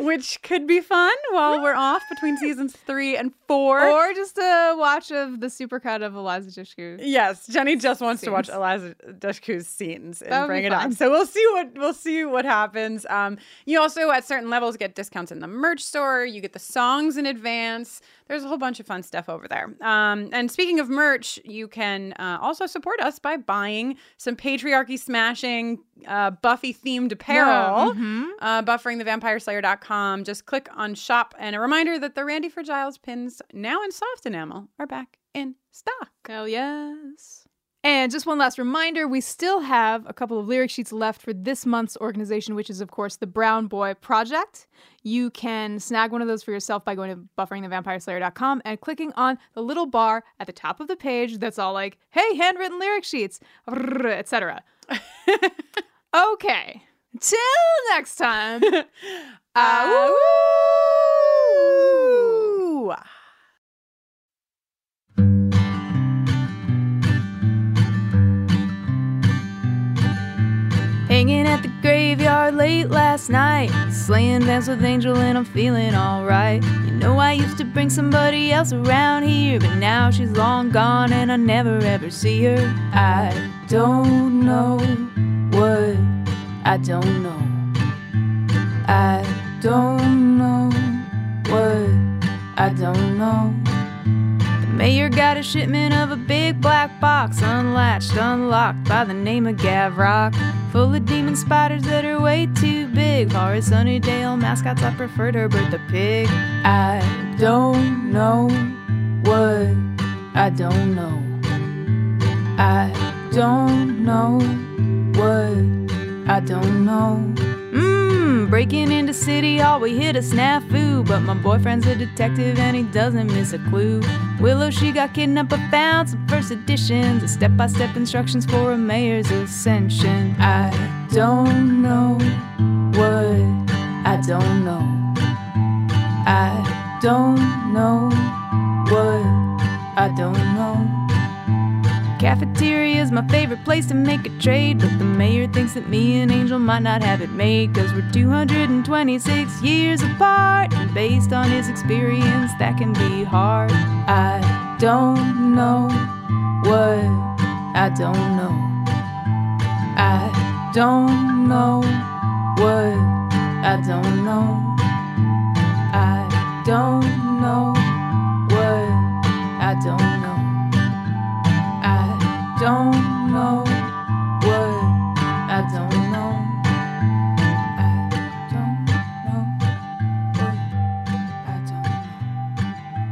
[SPEAKER 2] Which could be fun while we're off between seasons three and four.
[SPEAKER 1] Or just a watch of the supercut of Eliza Dushku.
[SPEAKER 2] Yes, Jenny just wants to watch
[SPEAKER 1] Scenes.
[SPEAKER 2] Eliza Dushku's scenes
[SPEAKER 1] That
[SPEAKER 2] and
[SPEAKER 1] would
[SPEAKER 2] bring
[SPEAKER 1] be
[SPEAKER 2] it
[SPEAKER 1] fun.
[SPEAKER 2] on. So we'll see what we'll see what happens. Um, you also at certain levels get discounts in the merch store. You get the songs in advance. There's a whole bunch of fun stuff over there. Um, and speaking of merch, you can uh, also support us by buying some patriarchy smashing uh, Buffy themed apparel.
[SPEAKER 1] Mm-hmm.
[SPEAKER 2] Uh, BufferingTheVampireSlayer.com. Just click on shop. And a reminder that the Randy for Giles pins now in soft enamel are back in stock.
[SPEAKER 1] Hell yes. And just one last reminder we still have a couple of lyric sheets left for this month's organization, which is, of course, the Brown Boy Project. You can snag one of those for yourself by going to bufferingthevampireslayer.com and clicking on the little bar at the top of the page that's all like, hey, handwritten lyric sheets, etc. okay. Till next time. Ah,
[SPEAKER 2] Ooh.
[SPEAKER 1] Hanging at the graveyard late last night. Slaying dance with Angel and I'm feeling alright. You know, I used to bring somebody else around here, but now she's long gone and I never ever see her. I don't know what I don't know. I don't know what I don't know. The mayor got a shipment of a big black box, unlatched, unlocked by the name of Gavrock. Full of demon spiders that are way too big. For a Sunnydale mascots, I preferred Herbert the pig. I don't know what I don't know. I don't know what I don't know. Mmm, breaking into city hall, we hit a snafu. But my boyfriend's a detective and he doesn't miss a clue. Willow, she got kidnapped, but found some first editions of step by step instructions for a mayor's ascension. I don't know what I don't know. I don't know what I don't know. Cafeteria's my favorite place to make a trade, but the mayor thinks that me and Angel might not have it made, cause we're 226 years apart, and based on his experience, that can be hard. I don't know what I don't know. I don't know what I don't know.
[SPEAKER 8] don't know what I don't know. I don't know what I don't know. I don't know what I don't know.